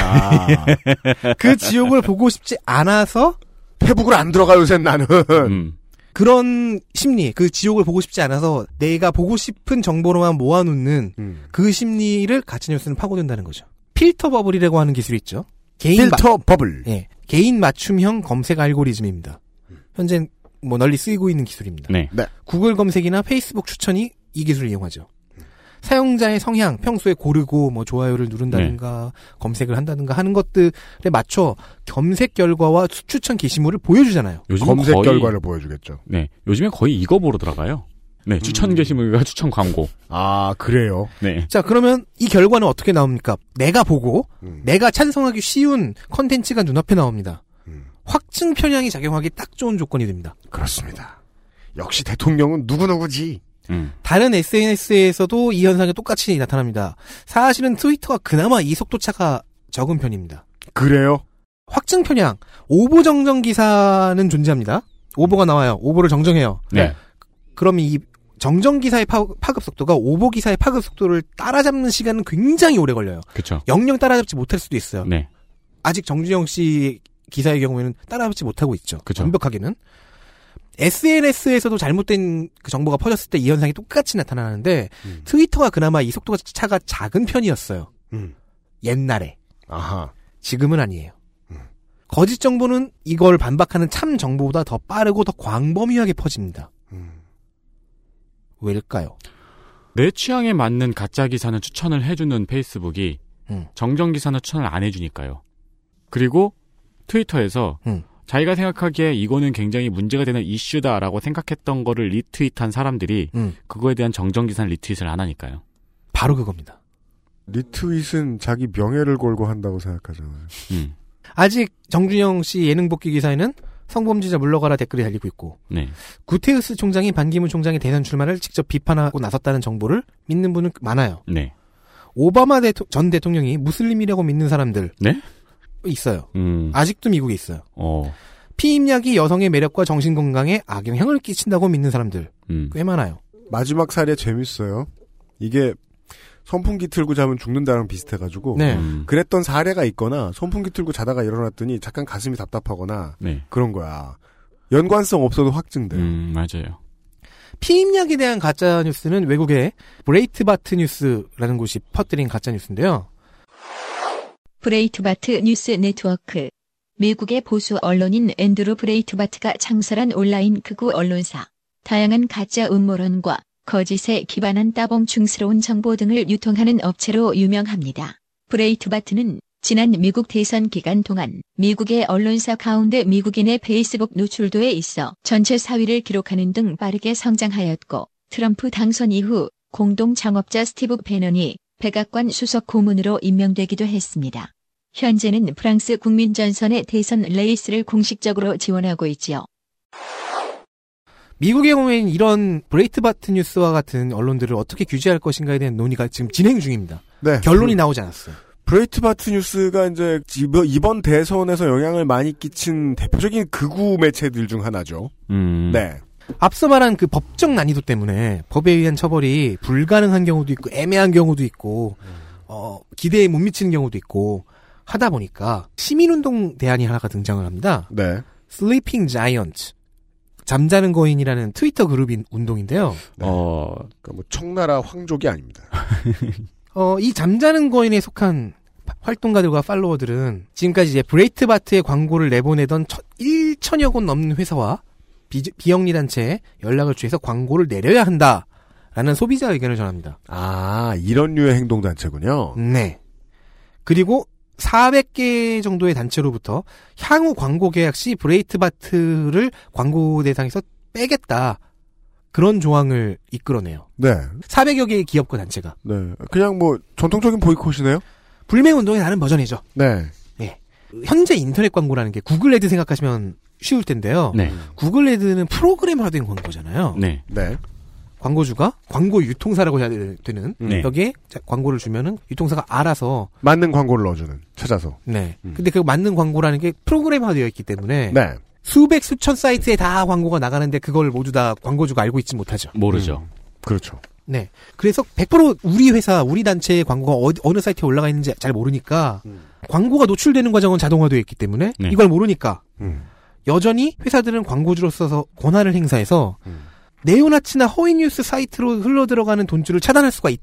S9: 그 지옥을 보고 싶지 않아서
S2: 회복을 안 들어가 요새 나는
S5: 네. 음.
S9: 그런 심리 그 지옥을 보고 싶지 않아서 내가 보고 싶은 정보로만
S2: 음.
S9: 모아놓는
S5: 음.
S9: 그 심리를 가짜뉴스는 파고든다는 거죠 필터 버블이라고 하는 기술이 있죠 개인
S2: 필터 버블
S9: 예 개인 맞춤형 검색 알고리즘입니다 현재 뭐 널리 쓰이고 있는 기술입니다
S5: 네.
S9: 구글 검색이나 페이스북 추천이 이 기술을 이용하죠 사용자의 성향 평소에 고르고 뭐 좋아요를 누른다든가
S2: 네.
S9: 검색을 한다든가 하는 것들에 맞춰 검색 결과와 수- 추천 게시물을 보여주잖아요
S5: 요즘은 검색 거의- 결과를
S2: 보여주겠죠.
S5: 네. 요즘엔 거의 이거 보러 들어가요. 네. 추천 게시물과 추천 광고.
S2: 아 그래요.
S5: 네.
S9: 자, 그러면 이 결과는 어떻게 나옵니까? 내가 보고 내가 찬성하기 쉬운 컨텐츠가 눈앞에 나옵니다. 확증 편향이 작용하기 딱 좋은 조건이 됩니다.
S2: 그렇습니다. 역시 대통령은 누구누구지.
S5: 음.
S9: 다른 SNS에서도 이 현상이 똑같이 나타납니다. 사실은 트위터가 그나마 이 속도차가 적은 편입니다.
S2: 그래요?
S9: 확증 편향, 오보 정정 기사는 존재합니다. 오보가 나와요. 오보를 정정해요.
S5: 네.
S9: 그러면 이 정정 기사의 파, 파급 속도가 오보 기사의 파급 속도를 따라잡는 시간은 굉장히 오래 걸려요.
S5: 그렇죠.
S9: 영영 따라잡지 못할 수도 있어요.
S5: 네.
S9: 아직 정준영 씨 기사의 경우에는 따라잡지 못하고 있죠. 완벽하게는. SNS에서도 잘못된 그 정보가 퍼졌을 때 이 현상이 똑같이 나타나는데 트위터가 그나마 이 속도가 차가 작은 편이었어요.
S2: 음.
S9: 옛날에.
S2: 아하.
S9: 지금은 아니에요. 거짓 정보는 이걸 반박하는 참 정보보다 더 빠르고 더 광범위하게 퍼집니다. 왜일까요?
S5: 내 취향에 맞는 가짜 기사는 추천을 해주는 페이스북이 정정 기사는 추천을 안 해주니까요. 그리고 트위터에서 자기가 생각하기에 이거는 굉장히 문제가 되는 이슈다라고 생각했던 거를 리트윗한 사람들이
S9: 음.
S5: 그거에 대한 정정 기사는 리트윗을 안 하니까요.
S9: 바로 그겁니다.
S2: 리트윗은 자기 명예를 걸고 한다고 생각하잖아요.
S5: 음.
S9: 아직 정준영 씨 예능 복귀 기사에는 성범죄자 물러가라 댓글이 달리고 있고
S5: 네.
S9: 구테우스 총장이 반기문 총장의 대선 출마를 직접 비판하고 나섰다는 정보를 믿는 분은 많아요.
S5: 네.
S9: 오바마 대토- 전 대통령이 무슬림이라고 믿는 사람들
S5: 네?
S9: 있어요.
S5: 음.
S9: 아직도 미국에 있어요.
S5: 어.
S9: 피임약이 여성의 매력과 정신 건강에 악영향을 끼친다고 믿는 사람들
S5: 음.
S9: 꽤 많아요.
S2: 마지막 사례 재밌어요. 이게 선풍기 틀고 자면 죽는다랑 비슷해가지고
S9: 네. 음.
S2: 그랬던 사례가 있거나 선풍기 틀고 자다가 일어났더니 잠깐 가슴이 답답하거나
S5: 네.
S2: 그런 거야. 연관성 없어도
S9: 네.
S2: 확증돼.
S5: 음, 맞아요.
S9: 피임약에 대한 가짜 뉴스는 외국의 브레이트바트 뉴스라는 곳이 퍼뜨린 가짜 뉴스인데요.
S1: 브레이트바트 뉴스 네트워크. 미국의 보수 언론인 앤드루 브레이트바트가 창설한 온라인 극우 언론사. 다양한 가짜 음모론과 거짓에 기반한 따봉충스러운 정보 등을 유통하는 업체로 유명합니다. 브레이트바트는 지난 미국 대선 기간 동안 미국의 언론사 가운데 미국인의 페이스북 노출도에 있어 전체 4위를 기록하는 등 빠르게 성장하였고 트럼프 당선 이후 공동 창업자 스티브 배넌이 백악관 수석 고문으로 임명되기도 했습니다. 현재는 프랑스 국민 전선의 대선 레이스를 공식적으로 지원하고 있지요.
S9: 미국의 경우에는 이런 브레이트바트 뉴스와 같은 언론들을 어떻게 규제할 것인가에 대한 논의가 지금 진행 중입니다.
S2: 네.
S9: 결론이 나오지 않았어요.
S2: 브레이트바트 뉴스가 이제 이번- 이번 대선에서 영향을 많이 끼친 대표적인 극우 매체들 중 하나죠.
S5: 음.
S2: 네.
S9: 앞서 말한 그 법적 난이도 때문에 법에 의한 처벌이 불가능한 경우도 있고 애매한 경우도 있고 어, 기대에 못 미치는 경우도 있고 하다 보니까 시민운동 대안이 하나가 등장을 합니다.
S2: 네.
S9: Sleeping Giant 잠자는 거인이라는 트위터 그룹 인 운동인데요.
S5: 어.
S2: 그러니까 뭐 청나라 황족이 아닙니다.
S9: 어, 이 잠자는 거인에 속한 파- 활동가들과 팔로워들은 지금까지 이제 브레이트바트의 광고를 내보내던 1천여 곳 넘는 회사와 비, 비영리단체에 연락을 취해서 광고를 내려야 한다. 라는 소비자 의견을 전합니다.
S2: 아, 이런 류의 행동단체군요.
S9: 네. 그리고 400개 정도의 단체로부터 향후 광고 계약 시 브레이트바트를 광고 대상에서 빼겠다. 그런 조항을 이끌어내요.
S2: 네.
S9: 400여 개의 기업과 단체가.
S2: 네. 그냥 뭐 전통적인 보이콧이네요.
S9: 불매운동의 다른 버전이죠.
S2: 네.
S9: 네. 현재 인터넷 광고라는 게 구글 애드 생각하시면 쉬울 텐데요.
S5: 네.
S9: 구글 애드는 프로그램화된 광고잖아요.
S5: 네.
S2: 네.
S9: 광고주가 광고 유통사라고 해야 되- 되는
S5: 네.
S9: 여기에 자- 광고를 주면은 유통사가 알아서
S2: 맞는 광고를 넣어주는 찾아서.
S9: 네.
S5: 음.
S9: 근데 그 맞는 광고라는 게 프로그램화되어 있기 때문에
S2: 네.
S9: 수백 수천 사이트에 다 광고가 나가는데 그걸 모두 다 광고주가 알고 있지 못하죠.
S5: 모르죠.
S2: 그렇죠.
S9: 네. 그래서 100% 우리 회사, 우리 단체의 광고가 어디- 어느 사이트에 올라가 있는지 잘 모르니까 광고가 노출되는 과정은 자동화되어 있기 때문에
S5: 네.
S9: 이걸 모르니까
S2: 음.
S9: 여전히 회사들은 광고주로서 권한을 행사해서 네오나치나 허위 뉴스 사이트로 흘러 들어가는 돈줄을 차단할 수가
S2: 음.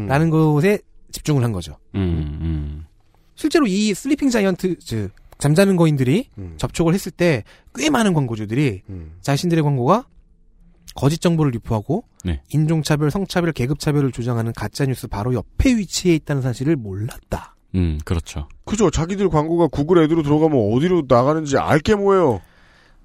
S9: 있다라는 것에 집중을 한 거죠.
S5: 음, 음.
S9: 실제로 이 슬리핑 자이언트 즉 잠자는 거인들이
S2: 음.
S9: 접촉을 했을 때 꽤 많은 광고주들이 자신들의 광고가 거짓 정보를 유포하고
S5: 네.
S9: 인종차별, 성차별, 계급차별을 조장하는 가짜뉴스 바로 옆에 위치해 있다는 사실을 몰랐다.
S5: 음, 그렇죠.
S2: 그죠. 자기들 광고가 구글 애드로 들어가면 어디로 나가는지 알게 뭐예요.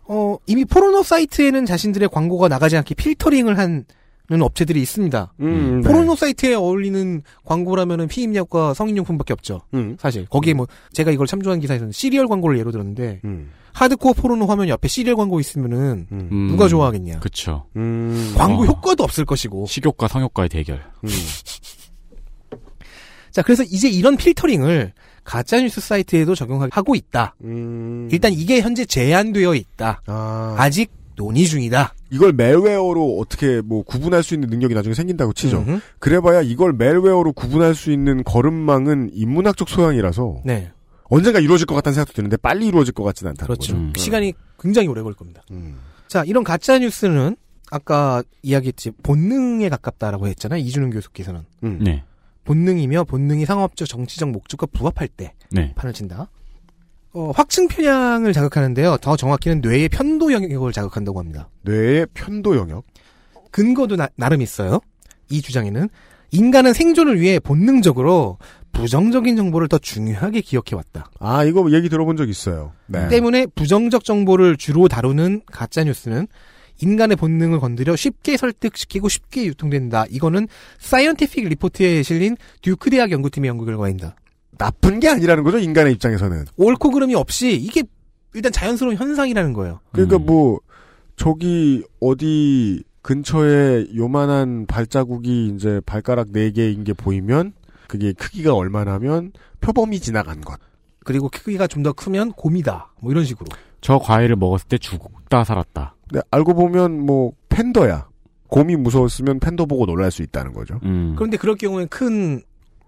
S9: 어, 이미 포르노 사이트에는 자신들의 광고가 나가지 않게 필터링을 하는 업체들이 있습니다.
S5: 네.
S2: 음,
S9: 포르노 사이트에 어울리는 광고라면은 피임약과 성인용품밖에 없죠.
S2: 음.
S9: 사실 거기에 뭐 제가 이걸 참조한 기사에서는 시리얼 광고를 예로 들었는데
S2: 음,
S9: 하드코어 포르노 화면 옆에 시리얼 광고 있으면은
S5: 음.
S9: 누가 좋아하겠냐.
S5: 그쵸.
S9: 광고
S2: 음,
S5: 어.
S9: 효과도 없을 것이고.
S5: 식욕과 성욕과의 대결.
S9: 자, 그래서 이제 이런 필터링을 가짜뉴스 사이트에도 적용하고 있다. 일단 이게 현재 제한되어 있다.
S2: 음. 아.
S9: 아직 논의 중이다.
S2: 이걸 멜웨어로 어떻게 뭐 구분할 수 있는 능력이 나중에 생긴다고 치죠.
S9: 음흠.
S2: 그래봐야 이걸 멜웨어로 구분할 수 있는 걸음망은 인문학적 소양이라서
S9: 네.
S2: 언젠가 이루어질 것 같다는 생각도 드는데 빨리 이루어질 것 같지는 않다는
S9: 그렇죠.
S2: 거죠. 음.
S9: 그 시간이 굉장히 오래 걸릴 겁니다. 자, 이런 가짜뉴스는 아까 이야기했지 본능에 가깝다라고 했잖아요. 이준웅 교수 께서는.
S5: 네.
S9: 본능이며 본능이 상업적 정치적 목적과 부합할 때
S5: 네.
S9: 판을 친다. 어, 확증 편향을 자극하는데요. 더 정확히는 뇌의 편도 영역을 자극한다고 합니다.
S2: 뇌의 편도 영역.
S9: 근거도 나, 름 있어요. 이 주장에는 인간은 생존을 위해 본능적으로 부정적인 정보를 더 중요하게 기억해 왔다.
S2: 아 이거 얘기 들어본 적 있어요. 네.
S9: 때문에 부정적 정보를 주로 다루는 가짜 뉴스는 인간의 본능을 건드려 쉽게 설득시키고 쉽게 유통된다. 이거는 사이언티픽 리포트에 실린 듀크 대학 연구팀의 연구 결과입니다.
S2: 나쁜 게 아니라는 거죠 인간의 입장에서는.
S9: 옳고 그름이 없이 이게 일단 자연스러운 현상이라는 거예요.
S2: 그러니까
S5: 음.
S2: 뭐 저기 어디 근처에 요만한 발자국이 이제 발가락 네 개인 게 보이면 그게 크기가 얼마나면 표범이 지나간 것.
S9: 그리고 크기가 좀 더 크면 곰이다. 뭐 이런 식으로.
S5: 저 과일을 먹었을 때 죽다 살았다.
S2: 네, 알고 보면 뭐 팬더야. 곰이 무서웠으면 팬더 보고 놀랄 수 있다는 거죠.
S5: 음.
S9: 그런데 그럴 경우엔 큰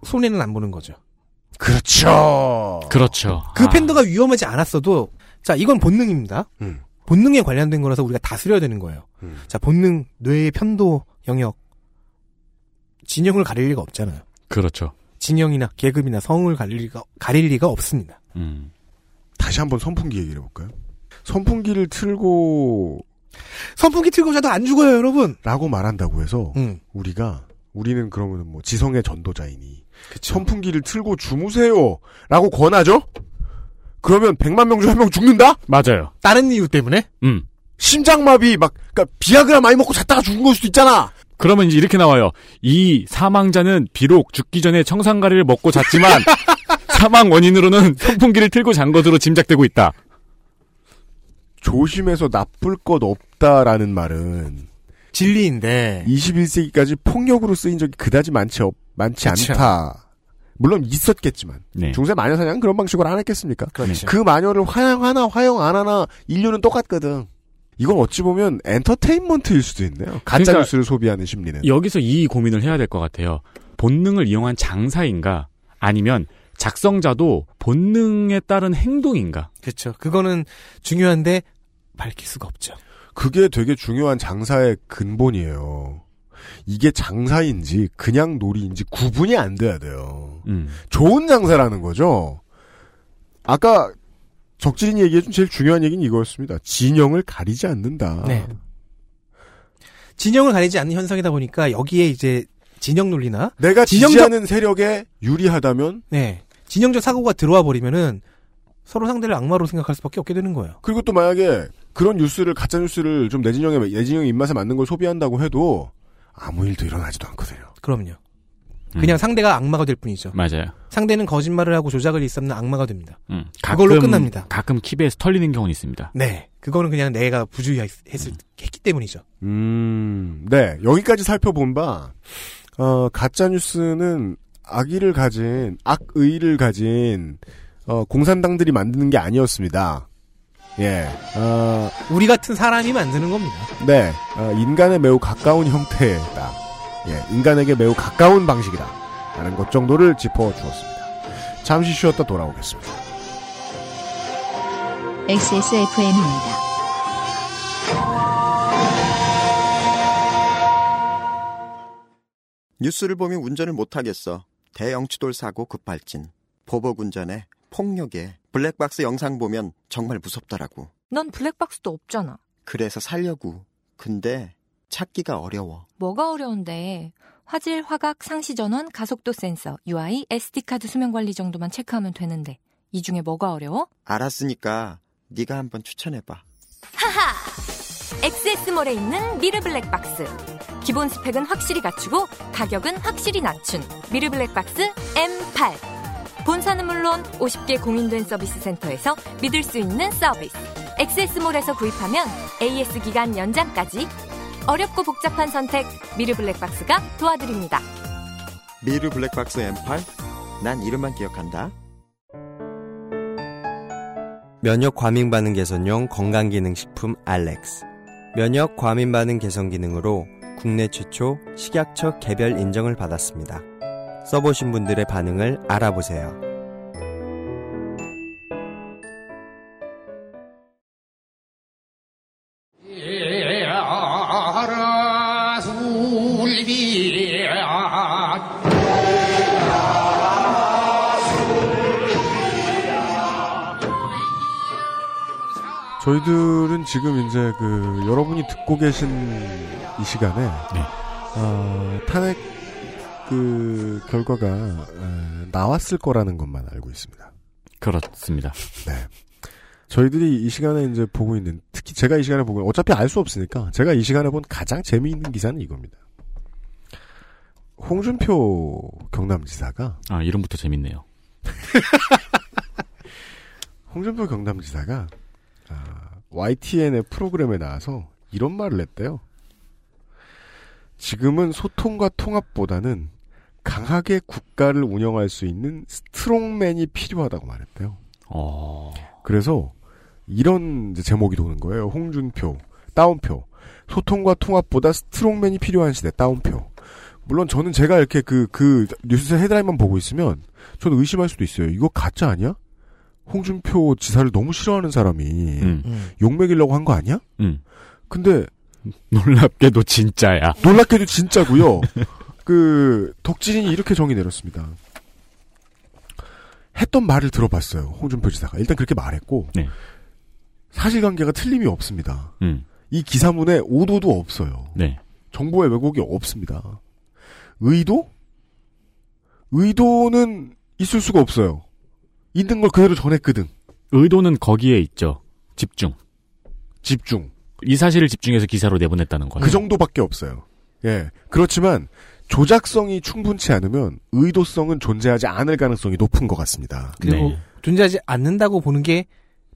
S9: 손해는 안 보는 거죠.
S2: 그렇죠.
S5: 그렇죠.
S9: 그 팬더가 위험하지 않았어도 자 이건 본능입니다.
S2: 음.
S9: 본능에 관련된 거라서 우리가 다스려야 되는 거예요.
S2: 음.
S9: 자 본능 뇌의 편도 영역 진영을 가릴 리가 없잖아요.
S5: 그렇죠.
S9: 진영이나 계급이나 성을 가릴 리가 가릴 리가 없습니다.
S2: 다시 한번 선풍기 얘기를 해볼까요? 선풍기를 틀고
S9: 선풍기 틀고 자도 안 죽어요, 여러분.
S2: 라고 말한다고 해서
S9: 음.
S2: 우리가 우리는 그러면 뭐 지성의 전도자이니 선풍기를 틀고 주무세요라고 권하죠. 그러면 100만 명 중 한 명 죽는다?
S5: 맞아요.
S9: 다른 이유 때문에?
S5: 음.
S2: 심장마비 막 그러니까 비아그라 많이 먹고 잤다가 죽은 걸 수도 있잖아.
S5: 그러면 이제 이렇게 나와요. 이 사망자는 비록 죽기 전에 청산가리를 먹고 잤지만 사망 원인으로는 선풍기를 틀고 잔 것으로 짐작되고 있다.
S2: 조심해서 나쁠 것 없다라는 말은
S9: 진리인데
S2: 21세기까지 폭력으로 쓰인 적이 그다지 많지 없, 많지
S9: 그쵸. 예.
S2: 않다. 물론 있었겠지만
S5: 네.
S2: 중세 마녀 사냥은 그런 방식으로 안 했겠습니까?
S9: 그렇죠.
S2: 그 마녀를 화양하나 화용 안 하나 인류는 똑같거든. 이건 어찌 보면 엔터테인먼트일 수도 있네요. 가짜
S5: 그러니까
S2: 뉴스를 소비하는 심리는.
S5: 여기서 이 고민을 해야 될 것 같아요. 본능을 이용한 장사인가 아니면 작성자도 본능에 따른 행동인가?
S9: 그렇죠. 그거는 중요한데 밝힐 수가 없죠.
S2: 그게 되게 중요한 장사의 근본이에요. 이게 장사인지 그냥 놀이인지 구분이 안 돼야 돼요.
S9: 음.
S2: 좋은 장사라는 거죠. 아까 적진이 얘기해준 제일 중요한 얘기는 이거였습니다. 진영을 가리지 않는다.
S9: 네. 진영을 가리지 않는 현상이다 보니까 여기에 이제 진영 논리나
S2: 내가
S9: 진영적-
S2: 지지하는 세력에 유리하다면
S9: 네. 진영적 사고가 들어와 버리면은 서로 상대를 악마로 생각할 수밖에 없게 되는 거예요.
S2: 그리고 또 만약에 그런 뉴스를 가짜 뉴스를 좀 내진영의 내진영 입맛에 맞는 걸 소비한다고 해도 아무 일도 일어나지도 않거든요.
S9: 그럼요.
S2: 음.
S9: 그냥 상대가 악마가 될 뿐이죠.
S5: 음. 맞아요.
S9: 상대는 거짓말을 하고 조작을 일삼는 악마가 됩니다.
S5: 음,
S9: 그걸로 끝납니다.
S5: 가끔 킵에서 털리는 경우는 있습니다.
S9: 네. 그거는 그냥 내가 부주의했을 했기 때문이죠.
S2: 음, 네. 여기까지 살펴본 바, 어, 가짜뉴스는 악의를 가진, 악의를 가진, 어, 공산당들이 만드는 게 아니었습니다. 예, 어,
S9: 우리 같은 사람이 만드는 겁니다.
S2: 네. 어, 인간에 매우 가까운 형태다. 예, 인간에게 매우 가까운 방식이다. 라는 것 정도를 짚어 주었습니다. 잠시 쉬었다 돌아오겠습니다.
S1: XSFM입니다.
S7: 뉴스를 보면 운전을 못하겠어. 대영치돌 사고 급발진. 보복 운전에 폭력에 블랙박스 영상 보면 정말 무섭더라고.
S6: 넌 블랙박스도 없잖아.
S7: 그래서 살려고. 근데 찾기가 어려워.
S6: 뭐가 어려운데. 화질, 화각, 상시 전원, 가속도 센서, UI, SD카드 수명 관리 정도만 체크하면 되는데. 이 중에 뭐가 어려워?
S7: 알았으니까 네가 한번 추천해봐.
S6: 하하! XS몰에 있는 미르 블랙박스. 기본 스펙은 확실히 갖추고 가격은 확실히 낮춘 미르 블랙박스 M8. 본사는 물론 50개 공인된 서비스 센터에서 믿을 수 있는 서비스. XS몰에서 구입하면 AS 기간 연장까지 어렵고 복잡한 선택 미르 블랙박스가 도와드립니다.
S7: 미르 블랙박스 M8? 난 이름만 기억한다.
S10: 면역 과민 반응 개선용 건강 기능 식품 알렉스. 면역 과민 반응 개선 기능으로 국내 최초 식약처 개별 인정을 받았습니다. 써보신 분들의 반응을 알아보세요.
S2: 저희들은 지금 이제 그 여러분이 듣고 계신 이 시간에 어, 탄핵 그 결과가 어, 나왔을 거라는 것만 알고 있습니다.
S5: 그렇습니다.
S2: 저희들이 이 시간에 이제 보고 있는 특히 제가 이 시간에 보고 있는, 어차피 알 수 없으니까 제가 이 시간에 본 가장 재미있는 기사는 이겁니다. 홍준표 경남지사가
S5: 아, 이름부터 재밌네요.
S2: 홍준표 경남지사가 아, YTN의 프로그램에 나와서 이런 말을 했대요. 지금은 소통과 통합보다는 강하게 국가를 운영할 수 있는 스트롱맨이 필요하다고 말했대요.
S5: 어.
S2: 그래서 이런 이제 제목이 도는 거예요. 홍준표 다운표 소통과 통합보다 스트롱맨이 필요한 시대 다운표. 물론 저는 제가 이렇게 그, 그, 뉴스 헤드라인만 보고 있으면, 저는 의심할 수도 있어요. 이거 가짜 아니야? 홍준표 지사를 너무 싫어하는 사람이,
S9: 음.
S2: 욕 먹이려고 한 거 아니야?
S5: 음.
S2: 근데,
S5: 놀랍게도 진짜야.
S2: 놀랍게도 진짜고요 그, 덕진이 이렇게 정의 내렸습니다. 했던 말을 들어봤어요. 홍준표 지사가. 일단 그렇게 말했고, 사실관계가 틀림이 없습니다.
S5: 음.
S2: 이 기사문에 오도도 없어요.
S5: 네.
S2: 정보의 왜곡이 없습니다. 의도? 의도는 있을 수가 없어요. 있는 걸 그대로 전했거든.
S5: 의도는 거기에 있죠. 집중.
S2: 집중.
S5: 이 사실을 집중해서 기사로 내보냈다는 거예요.
S2: 그 정도밖에 없어요. 예. 그렇지만 조작성이 충분치 않으면 의도성은 존재하지 않을 가능성이 높은 것 같습니다.
S5: 네.
S9: 그리고 존재하지 않는다고 보는 게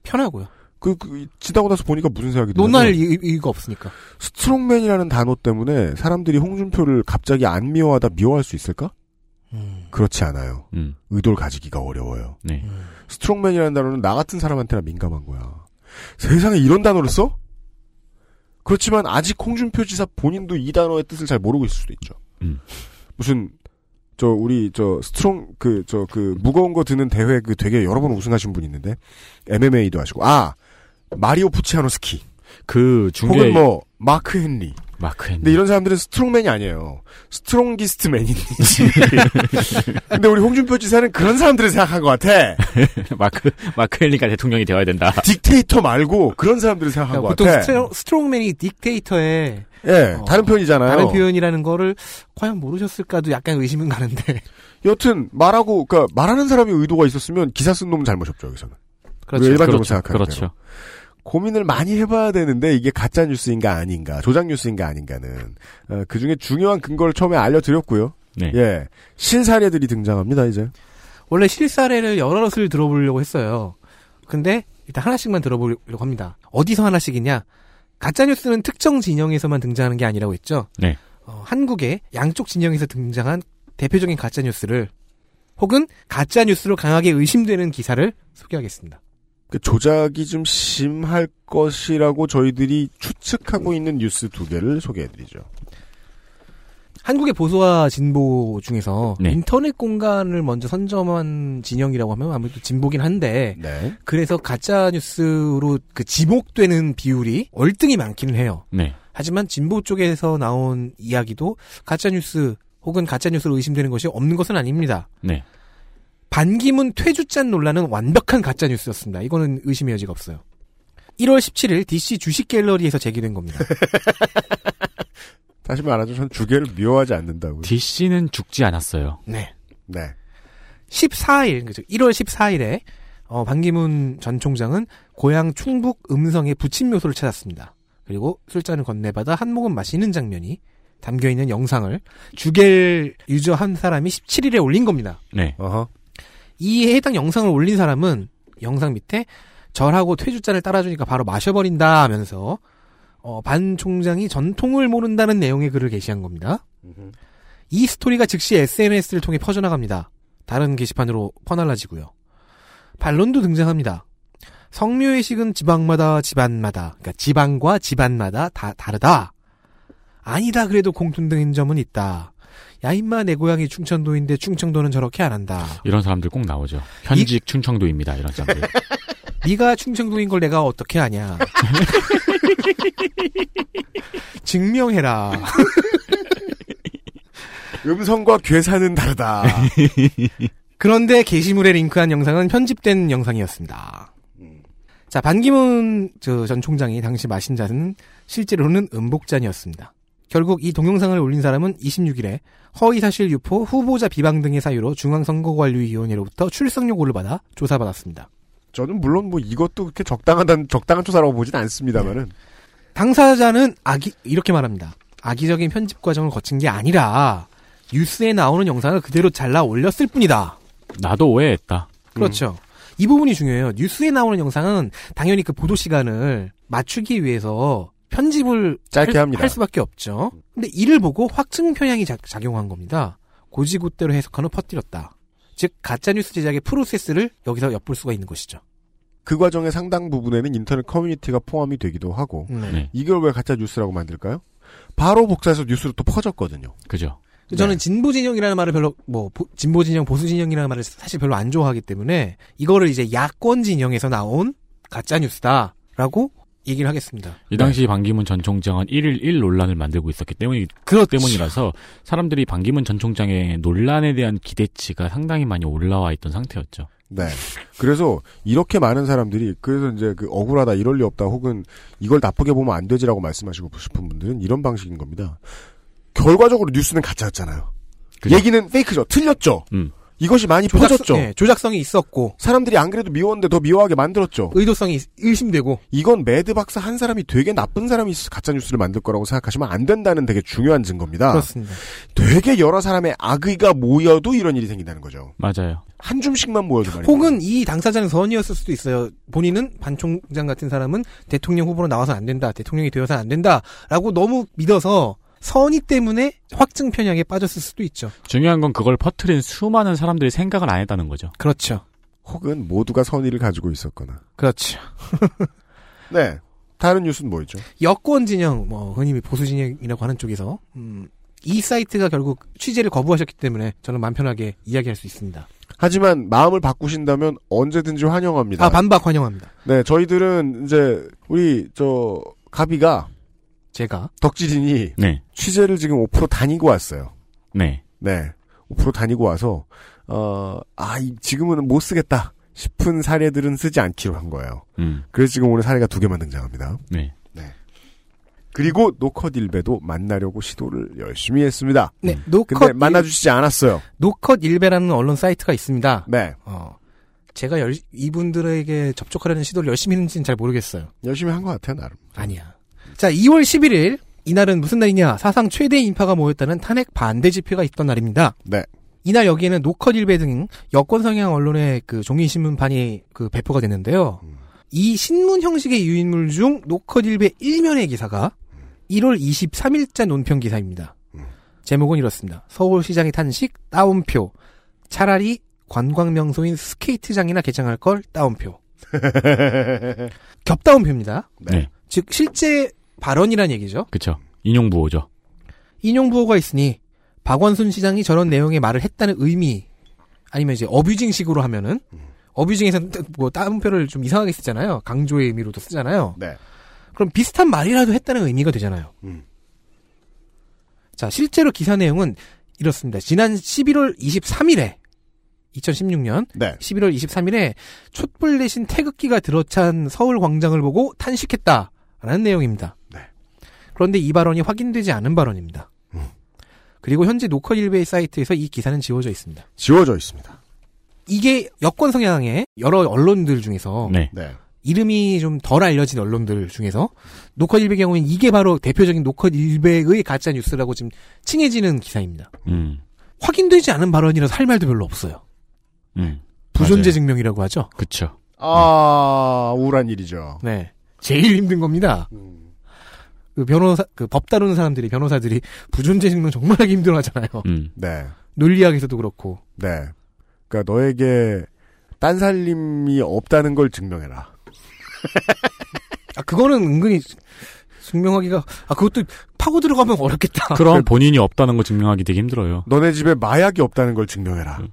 S9: 편하고요.
S2: 그, 그 지나고 나서 보니까 무슨 생각이 드냐면
S9: 논할 이- 이유가 없으니까.
S2: 스트롱맨이라는 단어 때문에 사람들이 홍준표를 갑자기 안 미워하다 미워할 수 있을까? 그렇지 않아요.
S5: 음,
S2: 의도를 가지기가 어려워요.
S9: 음.
S5: 네.
S2: 스트롱맨이라는 단어는 나 같은 사람한테나 민감한 거야. 세상에 이런 단어를 써? 그렇지만 아직 홍준표 지사 본인도 이 단어의 뜻을 잘 모르고 있을 수도 있죠. 무슨 저 우리 저 스트롱 그 저 그 무거운 거 드는 대회 그 되게 여러 번 우승하신 분 있는데 MMA도 하시고 아 마리오 푸치아노스키
S5: 그 중계-
S2: 혹은 뭐 마크 헨리
S5: 마크
S2: 근데 이런 사람들은 스트롱맨이 아니에요. 스트롱기스트맨인지. 근데 우리 홍준표 지사는 그런 사람들을 생각한 것 같아.
S5: 마크 마크 헬리가 대통령이 되어야 된다.
S2: 딕테이터 말고 그런 사람들을 생각한 것
S9: 그러니까 보통
S2: 같아.
S9: 스트롱, 스트롱맨이 딕테이터의
S2: 예, 다른 편이잖아요.
S9: 다른 표현이라는 거를 과연 모르셨을까도 약간 의심은 가는데.
S2: 여튼 말하고 그러니까 말하는 사람이 의도가 있었으면 기사 쓴 놈은 잘못이었죠 여기서는.
S9: 그렇죠.
S2: 우리가 일반적으로
S9: 그렇죠.
S2: 생각하는
S9: 그렇죠.
S2: 대로. 고민을 많이 해봐야 되는데 이게 가짜 뉴스인가 아닌가, 조작 뉴스인가 아닌가는 그 중에 중요한 근거를 처음에 알려드렸고요.
S5: 네.
S2: 예, 신사례들이 등장합니다 이제.
S9: 원래 실사례를 여럿을 들어보려고 했어요. 근데 일단 하나씩만 들어보려고 합니다. 어디서 하나씩이냐? 가짜뉴스는 특정 진영에서만 등장하는 게 아니라고 했죠.
S5: 네.
S9: 어, 한국의 양쪽 진영에서 등장한 대표적인 가짜뉴스를 혹은 가짜뉴스로 강하게 의심되는 기사를 소개하겠습니다.
S2: 그 조작이 좀 심할 것이라고 저희들이 추측하고 있는 뉴스 두 개를 소개해드리죠.
S9: 한국의 보수와 진보 중에서
S2: 네.
S9: 인터넷 공간을 먼저 선점한 진영이라고 하면 아무래도 진보긴 한데 그래서 가짜 뉴스로 그 지목되는 비율이 월등히 많기는 해요.
S5: 네.
S9: 하지만 진보 쪽에서 나온 이야기도 가짜 뉴스 혹은 가짜 뉴스로 의심되는 것이 없는 것은 아닙니다.
S5: 네.
S9: 반기문 퇴주잔 논란은 완벽한 가짜 뉴스였습니다. 이거는 의심의 여지가 없어요. 1월 17일 DC 주식 갤러리에서 제기된 겁니다.
S2: 다시 말하자면 저는 주계를 미워하지 않는다고요.
S5: DC는 죽지 않았어요.
S9: 네.
S2: 네.
S9: 14일, 그죠. 1월 14일에, 어, 반기문 전 총장은 고향 충북 음성의 부친 묘소를 찾았습니다. 그리고 술잔을 건네받아 한 모금 마시는 장면이 담겨있는 영상을 주겔 유저 한 사람이 17일에 올린 겁니다.
S5: 네.
S2: 어.
S9: 이 해당 영상을 올린 사람은 영상 밑에 절하고 퇴주잔을 따라주니까 바로 마셔버린다 하면서 어, 반 총장이 전통을 모른다는 내용의 글을 게시한 겁니다. 이 스토리가 즉시 SNS를 통해 퍼져나갑니다. 다른 게시판으로 퍼날라지고요. 반론도 등장합니다. 성묘의식은 지방마다 집안마다, 그러니까 지방과 집안마다 다 다르다. 아니다 그래도 공통된 점은 있다. 야 임마 내 고향이 충청도인데 충청도는 저렇게 안 한다.
S5: 이런 사람들 꼭 나오죠. 현직 충청도입니다. 이런 사람들.
S9: 네가 충청도인 걸 내가 어떻게 아냐. 증명해라.
S2: 음성과 괴사는 다르다.
S9: 그런데 게시물에 링크한 영상은 편집된 영상이었습니다. 자, 반기문 저전 총장이 당시 마신 잔은 실제로는 음복잔이었습니다. 결국 이 동영상을 올린 사람은 26일에 허위사실 유포, 후보자 비방 등의 사유로 중앙선거관리위원회로부터 출석 요구를 받아 조사받았습니다.
S2: 저는 물론 뭐 이것도 그렇게 적당하단 적당한 조사라고 보진
S9: 네.
S2: 않습니다만은
S9: 당사자는 악이 이렇게 말합니다. 악의적인 편집 과정을 거친 게 아니라 뉴스에 나오는 영상을 그대로 잘라 올렸을 뿐이다.
S5: 나도 오해했다.
S2: 음.
S9: 그렇죠. 이 부분이 중요해요. 뉴스에 나오는 영상은 당연히 그 보도 시간을 맞추기 위해서 편집을
S2: 짧게
S9: 할,
S2: 합니다.
S9: 할 수밖에 없죠. 근데 이를 보고 확증 편향이 작, 작용한 겁니다. 고지고대로 해석하는 퍼뜨렸다. 즉 가짜 뉴스 제작의 프로세스를 여기서 엿볼 수가 있는 것이죠.
S2: 그 과정의 상당 부분에는 인터넷 커뮤니티가 포함이 되기도 하고
S9: 음.
S5: 네.
S2: 이걸 왜 가짜 뉴스라고 만들까요? 바로 복사해서 뉴스로 또 퍼졌거든요.
S5: 그죠.
S9: 저는 진보 진영이라는 말을 별로 뭐 보- 진보 진영 보수 진영이라는 말을 사실 별로 안 좋아하기 때문에 이거를 이제 야권 진영에서 나온 가짜 뉴스다라고 얘기를 하겠습니다.
S5: 이 당시 반기문 전 총장은 1일 1 논란을 만들고 있었기 때문이
S9: 그렇죠.
S5: 때문이라서 사람들이 반기문 전 총장의 논란에 대한 기대치가 상당히 많이 올라와 있던 상태였죠.
S2: 네. 그래서 이렇게 많은 사람들이 그래서 이제 그 억울하다 이럴 리 없다 혹은 이걸 나쁘게 보면 안 되지라고 말씀하시고 싶은 분들은 이런 방식인 겁니다. 결과적으로 뉴스는 가짜였잖아요. 얘기는 페이크죠. 틀렸죠.
S5: 음.
S2: 이것이 많이
S9: 조작성-
S2: 퍼졌죠.
S9: 예, 조작성이 있었고
S2: 사람들이 안 그래도 미웠는데 더 미워하게 만들었죠.
S9: 의도성이 의심되고
S2: 이건 매드 박사 한 사람이 되게 나쁜 사람이 가짜 뉴스를 만들 거라고 생각하시면 안 된다는 되게 중요한 증거입니다.
S9: 그렇습니다.
S2: 되게 여러 사람의 악의가 모여도 이런 일이 생긴다는 거죠.
S5: 맞아요.
S2: 한 줌씩만 모여도 말이죠.
S9: 혹은 이 당사자는 선이었을 수도 있어요. 본인은 반 총장 같은 사람은 대통령 후보로 나와서 안 된다, 대통령이 되어서 안 된다라고 너무 믿어서 선의 때문에 확증 편향에 빠졌을 수도 있죠.
S5: 중요한 건 그걸 퍼트린 수많은 사람들이 생각을 안 했다는 거죠.
S9: 그렇죠.
S2: 혹은 모두가 선의를 가지고 있었거나.
S9: 그렇죠.
S2: 네. 다른 뉴스는 뭐 있죠?
S9: 여권 진영, 뭐 흔히 보수 진영이라고 하는 쪽에서 음, 이 사이트가 결국 취재를 거부하셨기 때문에 저는 마음 편하게 이야기할 수 있습니다.
S2: 하지만 마음을 바꾸신다면 언제든지 환영합니다.
S9: 아 반박 환영합니다.
S2: 네, 저희들은 이제 우리 저 가비가
S9: 제가
S2: 덕질인이
S5: 네.
S2: 취재를 지금 5% 다니고 왔어요.
S5: 네.
S2: 네. 5% 다니고 와서 어, 아, 이- 지금은 못 쓰겠다 싶은 사례들은 쓰지 않기로 한 거예요.
S5: 음.
S2: 그래서 지금 오늘 사례가 두 개만 등장합니다.
S5: 네.
S2: 그리고 노컷일베도 만나려고 시도를 열심히 했습니다.
S9: 네,
S2: 근데
S9: 노컷
S2: 만나주시지 않았어요.
S9: 노컷 일베라는 언론 사이트가 있습니다.
S2: 네.
S9: 어, 제가 열- 이분들에게 접촉하려는 시도를 열심히 했는지는 잘 모르겠어요.
S2: 열심히 한 것 같아요, 나름.
S9: 아니야. 자, 2월 11일 이날은 무슨 날이냐? 사상 최대 인파가 모였다는 탄핵 반대 집회가 있던 날입니다.
S2: 네.
S9: 이날 여기에는 노컷일베 등 여권 성향 언론의 그 종이 신문판이 그 배포가 됐는데요. 이 신문 형식의 유인물 중 노컷일베 일면의 기사가 1월 23일자 논평 기사입니다. 제목은 이렇습니다. 서울시장의 탄식 따옴표. 차라리 관광 명소인 스케이트장이나 개장할 걸 따옴표. 겹따옴표입니다.
S5: 네.
S9: 즉 실제 발언이란 얘기죠.
S5: 그쵸. 인용부호죠.
S9: 인용부호가 있으니 박원순 시장이 저런 내용의 말을 했다는 의미 아니면 이제 어뷰징식으로 하면은 어뷰징에서는 따- 뭐 따옴표를 좀 이상하게 쓰잖아요. 강조의 의미로도 쓰잖아요.
S2: 네.
S9: 그럼 비슷한 말이라도 했다는 의미가 되잖아요.
S2: 음.
S9: 자 실제로 기사 내용은 이렇습니다. 지난 11월 23일에 2016년
S2: 네.
S9: 11월 23일에 촛불 대신 태극기가 들어찬 서울 광장을 보고 탄식했다라는 내용입니다. 그런데 이 발언이 확인되지 않은 발언입니다. 그리고 현재 노컷일베이 사이트에서 이 기사는 지워져 있습니다.
S2: 지워져 있습니다.
S9: 이게 여권 성향의 여러 언론들 중에서
S5: 네.
S2: 네.
S9: 이름이 좀 덜 알려진 언론들 중에서 노컷일베 경우엔 이게 바로 대표적인 노컷일베의 가짜 뉴스라고 지금 칭해지는 기사입니다.
S5: 음.
S9: 확인되지 않은 발언이라서 할 말도 별로 없어요.
S5: 음.
S9: 부존재
S5: 맞아요.
S9: 증명이라고 하죠.
S5: 그쵸.
S2: 아, 우울한 일이죠.
S9: 네. 제일 힘든 겁니다. 그 변호사, 그 법 다루는 사람들이, 변호사들이 부존재 증명 정말 하기 힘들어 하잖아요.
S5: 음.
S2: 네.
S9: 논리학에서도 그렇고.
S2: 네. 그러니까 너에게 딴살림이 없다는 걸 증명해라.
S9: 아, 그거는 은근히 증명하기가, 아, 그것도 파고 들어가면 어렵겠다.
S5: 아, 그럼 본인이 없다는 거 증명하기 되게 힘들어요.
S2: 너네 집에 마약이 없다는 걸 증명해라.
S9: 음.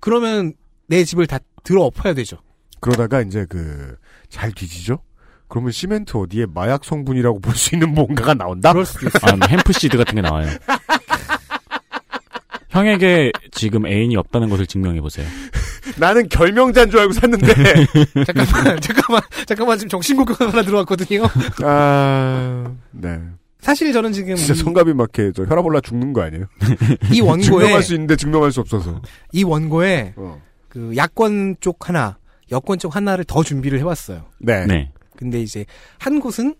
S9: 그러면 내 집을 다 들어 엎어야 되죠.
S2: 그러다가 이제 그 잘 뒤지죠. 그러면 시멘트 어디에 마약 성분이라고 볼 수 있는 뭔가가 나온다.
S9: 그럴 수도 있어.
S5: 아, 햄프시드 같은 게 나와요. 형에게 지금 애인이 없다는 것을 증명해보세요.
S2: 나는 결명자인 줄 알고 샀는데. 음.
S9: 잠깐만, 잠깐만, 잠깐만, 지금 정신공격 하나 들어왔거든요.
S2: 아, 네.
S9: 사실 저는 지금
S2: 진짜
S9: 이-
S2: 성갑이 막혀 저 혈압 올라 죽는 거 아니에요?
S9: 이 원고에,
S2: 증명할 수 있는데 증명할 수 없어서.
S9: 이 원고에,
S2: 어.
S9: 그, 야권 쪽 하나, 여권 쪽 하나를 더 준비를 해왔어요.
S2: 네.
S5: 네.
S9: 근데 이제 한 곳은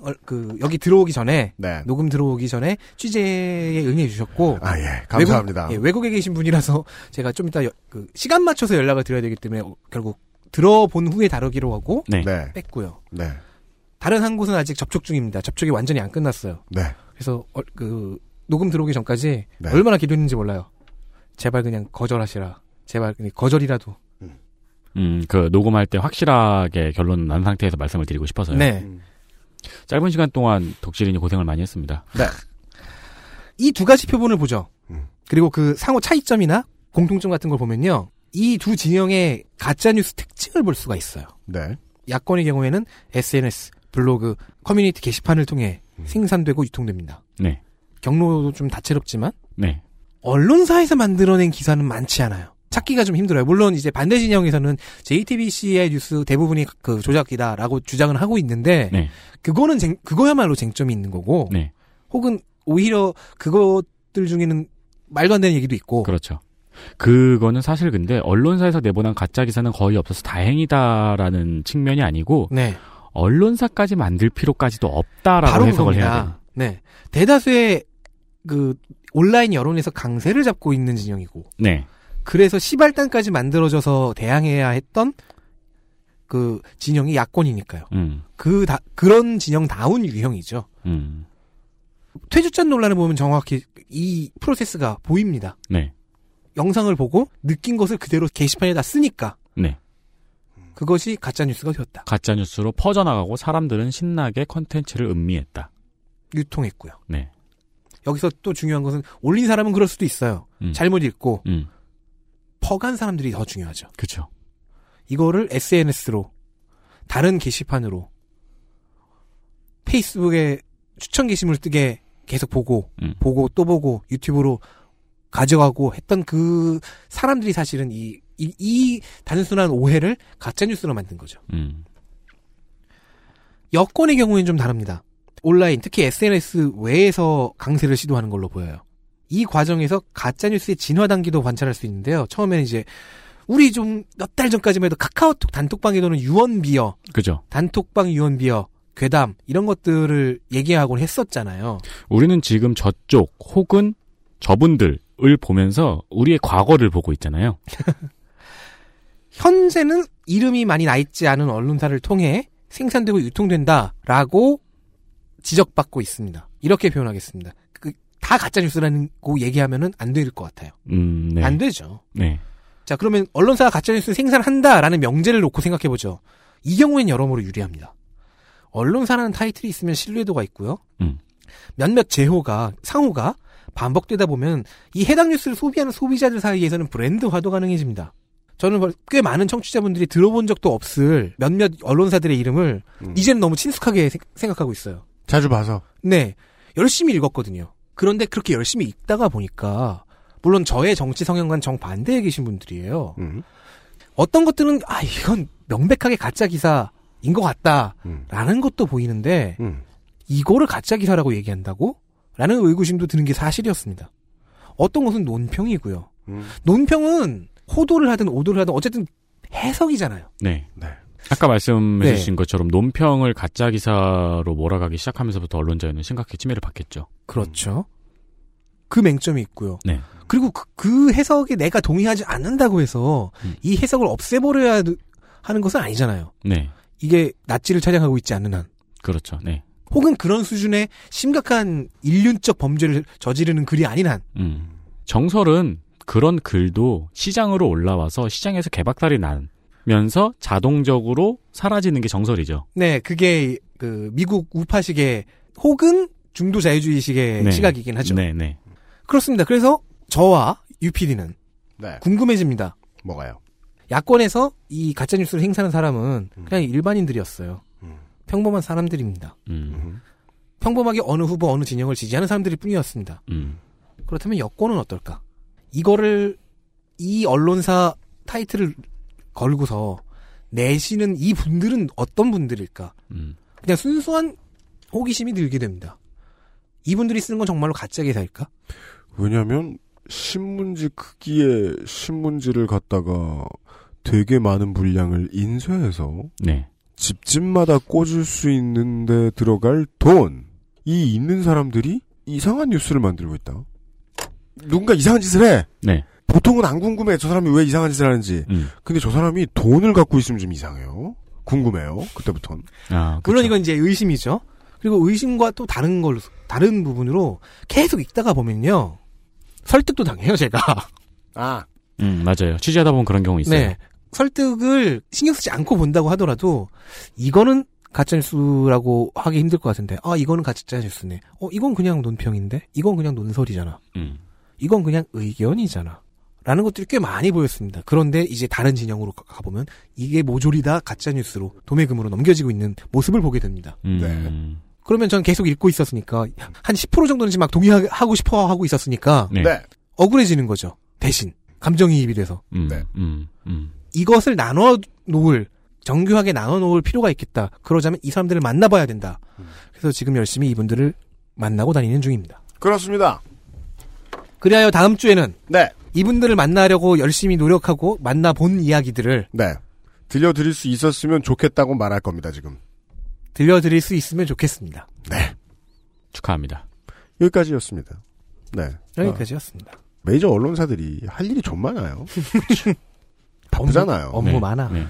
S9: 얼- 그 여기 들어오기 전에 녹음 들어오기 전에 취재에 응해 주셨고
S2: 네. 아, 예. 감사합니다.
S9: 외국, 예, 외국에 계신 분이라서 제가 좀 이따 여- 그 시간 맞춰서 연락을 드려야 되기 때문에 어, 결국 들어본 후에 다루기로 하고
S5: 네.
S9: 뺐고요.
S2: 네.
S9: 다른 한 곳은 아직 접촉 중입니다. 접촉이 완전히 안 끝났어요.
S2: 네.
S9: 그래서 얼- 그 녹음 들어오기 전까지
S2: 네.
S9: 얼마나 기도했는지 몰라요. 제발 그냥 거절하시라. 제발 그냥 거절이라도.
S5: 음, 그 녹음할 때 확실하게 결론 난 상태에서 말씀을 드리고 싶어서요.
S9: 네.
S5: 짧은 시간 동안 독실인이 고생을 많이 했습니다.
S9: 네. 이 두 가지 표본을 보죠. 그리고 그 상호 차이점이나 공통점 같은 걸 보면요. 이 두 진영의 가짜뉴스 특징을 볼 수가 있어요.
S2: 네.
S9: 야권의 경우에는 SNS, 블로그, 커뮤니티 게시판을 통해 생산되고 유통됩니다.
S5: 네.
S9: 경로도 좀 다채롭지만
S5: 네.
S9: 언론사에서 만들어낸 기사는 많지 않아요. 찾기가 좀 힘들어요. 물론 이제 반대 진영에서는 JTBC의 뉴스 대부분이 그 조작이다라고 주장을 하고 있는데
S5: 네.
S9: 그거는 쟁- 그거야말로 쟁점이 있는 거고
S5: 네.
S9: 혹은 오히려 그것들 중에는 말도 안 되는 얘기도 있고
S5: 그렇죠. 그거는 사실 근데 언론사에서 내보낸 가짜 기사는 거의 없어서 다행이다라는 측면이 아니고
S9: 네.
S5: 언론사까지 만들 필요까지도 없다라고
S9: 바로
S5: 해석을 해야 돼요.
S9: 그겁니다. 네. 대다수의 그 온라인 여론에서 강세를 잡고 있는 진영이고
S5: 네.
S9: 그래서 시발단까지 만들어져서 대항해야 했던 그 진영이 야권이니까요.
S5: 음.
S9: 그 다- 그런 진영 다운 유형이죠.
S5: 음.
S9: 퇴주잔 논란을 보면 정확히 이 프로세스가 보입니다.
S5: 네.
S9: 영상을 보고 느낀 것을 그대로 게시판에다 쓰니까
S5: 네.
S9: 그것이 가짜 뉴스가 되었다.
S5: 가짜 뉴스로 퍼져나가고 사람들은 신나게 컨텐츠를 음미했다.
S9: 유통했고요.
S5: 네.
S9: 여기서 또 중요한 것은 올린 사람은 그럴 수도 있어요.
S5: 음.
S9: 잘못 읽고
S5: 음.
S9: 퍼간 사람들이 더 중요하죠.
S5: 그렇죠.
S9: 이거를 SNS로 다른 게시판으로 페이스북에 추천 게시물 뜨게 계속 보고
S5: 음.
S9: 보고 또 보고 유튜브로 가져가고 했던 그 사람들이 사실은 이, 이, 이 단순한 오해를 가짜뉴스로 만든 거죠.
S5: 음.
S9: 여권의 경우에는 좀 다릅니다. 온라인, 특히 SNS 외에서 강세를 시도하는 걸로 보여요. 이 과정에서 가짜뉴스의 진화 단계도 관찰할 수 있는데요. 처음에는 이제, 우리 좀 몇 달 전까지만 해도 카카오톡 단톡방에도는 유언비어,
S5: 그죠.
S9: 단톡방 유언비어, 괴담, 이런 것들을 얘기하곤 했었잖아요.
S5: 우리는 지금 저쪽 혹은 저분들을 보면서 우리의 과거를 보고 있잖아요.
S9: 현재는 이름이 많이 나 있지 않은 언론사를 통해 생산되고 유통된다라고 지적받고 있습니다. 이렇게 표현하겠습니다. 그, 다 가짜뉴스라고 얘기하면은 안 될 것 같아요.
S5: 음, 네.
S9: 안 되죠.
S5: 네.
S9: 자, 그러면 언론사가 가짜뉴스 생산한다라는 명제를 놓고 생각해보죠. 이 경우엔 여러모로 유리합니다. 언론사라는 타이틀이 있으면 신뢰도가 있고요.
S5: 음.
S9: 몇몇 제호가, 상호가 반복되다 보면 이 해당 뉴스를 소비하는 소비자들 사이에서는 브랜드화도 가능해집니다. 저는 벌- 꽤 많은 청취자분들이 들어본 적도 없을 몇몇 언론사들의 이름을 이제는 너무 친숙하게 생- 생각하고 있어요.
S2: 자주 봐서.
S9: 네. 열심히 읽었거든요. 그런데 그렇게 열심히 읽다가 보니까, 물론 저의 정치 성향과는 정반대에 계신 분들이에요.
S10: 음.
S9: 어떤 것들은, 아, 이건 명백하게 가짜 기사인 것 같다. 라는 것도 보이는데, 이거를 가짜 기사라고 얘기한다고? 라는 의구심도 드는 게 사실이었습니다. 어떤 것은 논평이고요. 논평은 호도를 하든 오도를 하든 어쨌든 해석이잖아요.
S5: 네. 아까 말씀해
S9: 네.
S5: 주신 것처럼 논평을 가짜 기사로 몰아가기 시작하면서부터 언론 자유는 심각히 침해를 받겠죠.
S9: 그렇죠. 그 맹점이 있고요.
S5: 네.
S9: 그리고 그, 그 해석에 내가 동의하지 않는다고 해서
S5: 음.
S9: 이 해석을 없애버려야 드- 하는 것은 아니잖아요.
S5: 네.
S9: 이게 낯지를 차량하고 있지 않는 한.
S5: 그렇죠. 네.
S9: 혹은 그런 수준의 심각한 인륜적 범죄를 저지르는 글이 아닌 한.
S5: 음. 정설은 그런 글도 시장으로 올라와서 시장에서 개박살이 나면서 자동적으로 사라지는 게 정설이죠.
S9: 네, 그게 그 미국 우파식의 혹은 중도 자유주의식의
S5: 네.
S9: 시각이긴 하죠.
S5: 네, 네.
S9: 그렇습니다. 그래서 저와 유피디는 네. 궁금해집니다.
S2: 뭐가요?
S9: 야권에서 이 가짜뉴스를 행사하는 사람은 그냥 일반인들이었어요. 평범한 사람들입니다.
S5: 음.
S9: 평범하게 어느 후보, 어느 진영을 지지하는 사람들일 뿐이었습니다.
S5: 음.
S9: 그렇다면 여권은 어떨까? 이거를, 이 언론사 타이틀을 걸고서 내시는 이 분들은 어떤 분들일까?
S5: 음.
S9: 그냥 순수한 호기심이 들게 됩니다. 이분들이 쓰는 건 정말로 가짜 기사일까?
S2: 왜냐면, 신문지 크기의 신문지를 갖다가 되게 많은 분량을 인쇄해서
S5: 네.
S2: 집집마다 꽂을 수 있는데 들어갈 돈이 있는 사람들이 이상한 뉴스를 만들고 있다. 누군가 이상한 짓을 해.
S5: 네.
S2: 보통은 안 궁금해. 저 사람이 왜 이상한 짓을 하는지.
S5: 음.
S2: 근데 저 사람이 돈을 갖고 있으면 좀 이상해요. 궁금해요. 그때부터는.
S5: 아,
S9: 물론 그러니까 이건 이제 의심이죠. 그리고 의심과 또 다른 걸로, 다른 부분으로 계속 읽다가 보면요. 설득도 당해요, 제가.
S2: 아.
S5: 음, 맞아요. 취재하다 보면 그런 경우 있어요.
S9: 네. 설득을 신경 쓰지 않고 본다고 하더라도, 이거는 가짜뉴스라고 하기 힘들 것 같은데, 아, 이거는 가짜뉴스네. 어, 이건 그냥 논평인데? 이건 그냥 논설이잖아.
S5: 음.
S9: 이건 그냥 의견이잖아. 라는 것들이 꽤 많이 보였습니다. 그런데 이제 다른 진영으로 가- 가보면 이게 모조리다 가짜뉴스로 도매금으로 넘겨지고 있는 모습을 보게 됩니다.
S5: 음.
S9: 그러면 저는 계속 읽고 있었으니까 한 10% 정도는 지금 막 동의하고 싶어 하고 있었으니까
S2: 음.
S5: 네. 네.
S9: 억울해지는 거죠. 대신 감정이입이 돼서
S5: 음. 음. 음.
S9: 이것을 나눠 놓을 정교하게 나눠 놓을 필요가 있겠다. 그러자면 이 사람들을 만나봐야 된다.
S2: 음.
S9: 그래서 지금 열심히 이분들을 만나고 다니는 중입니다.
S2: 그렇습니다.
S9: 그리하여 다음 주에는
S2: 네.
S9: 이분들을 만나려고 열심히 노력하고 만나본 이야기들을
S2: 네. 들려드릴 수 있었으면 좋겠다고 말할 겁니다, 지금.
S9: 들려드릴 수 있으면 좋겠습니다.
S5: 축하합니다.
S2: 여기까지였습니다. 네.
S9: 여기까지였습니다.
S2: 메이저 언론사들이 할 일이 좀 많아요. 그치? 바쁘잖아요.
S9: 업무 네. 많아. 네.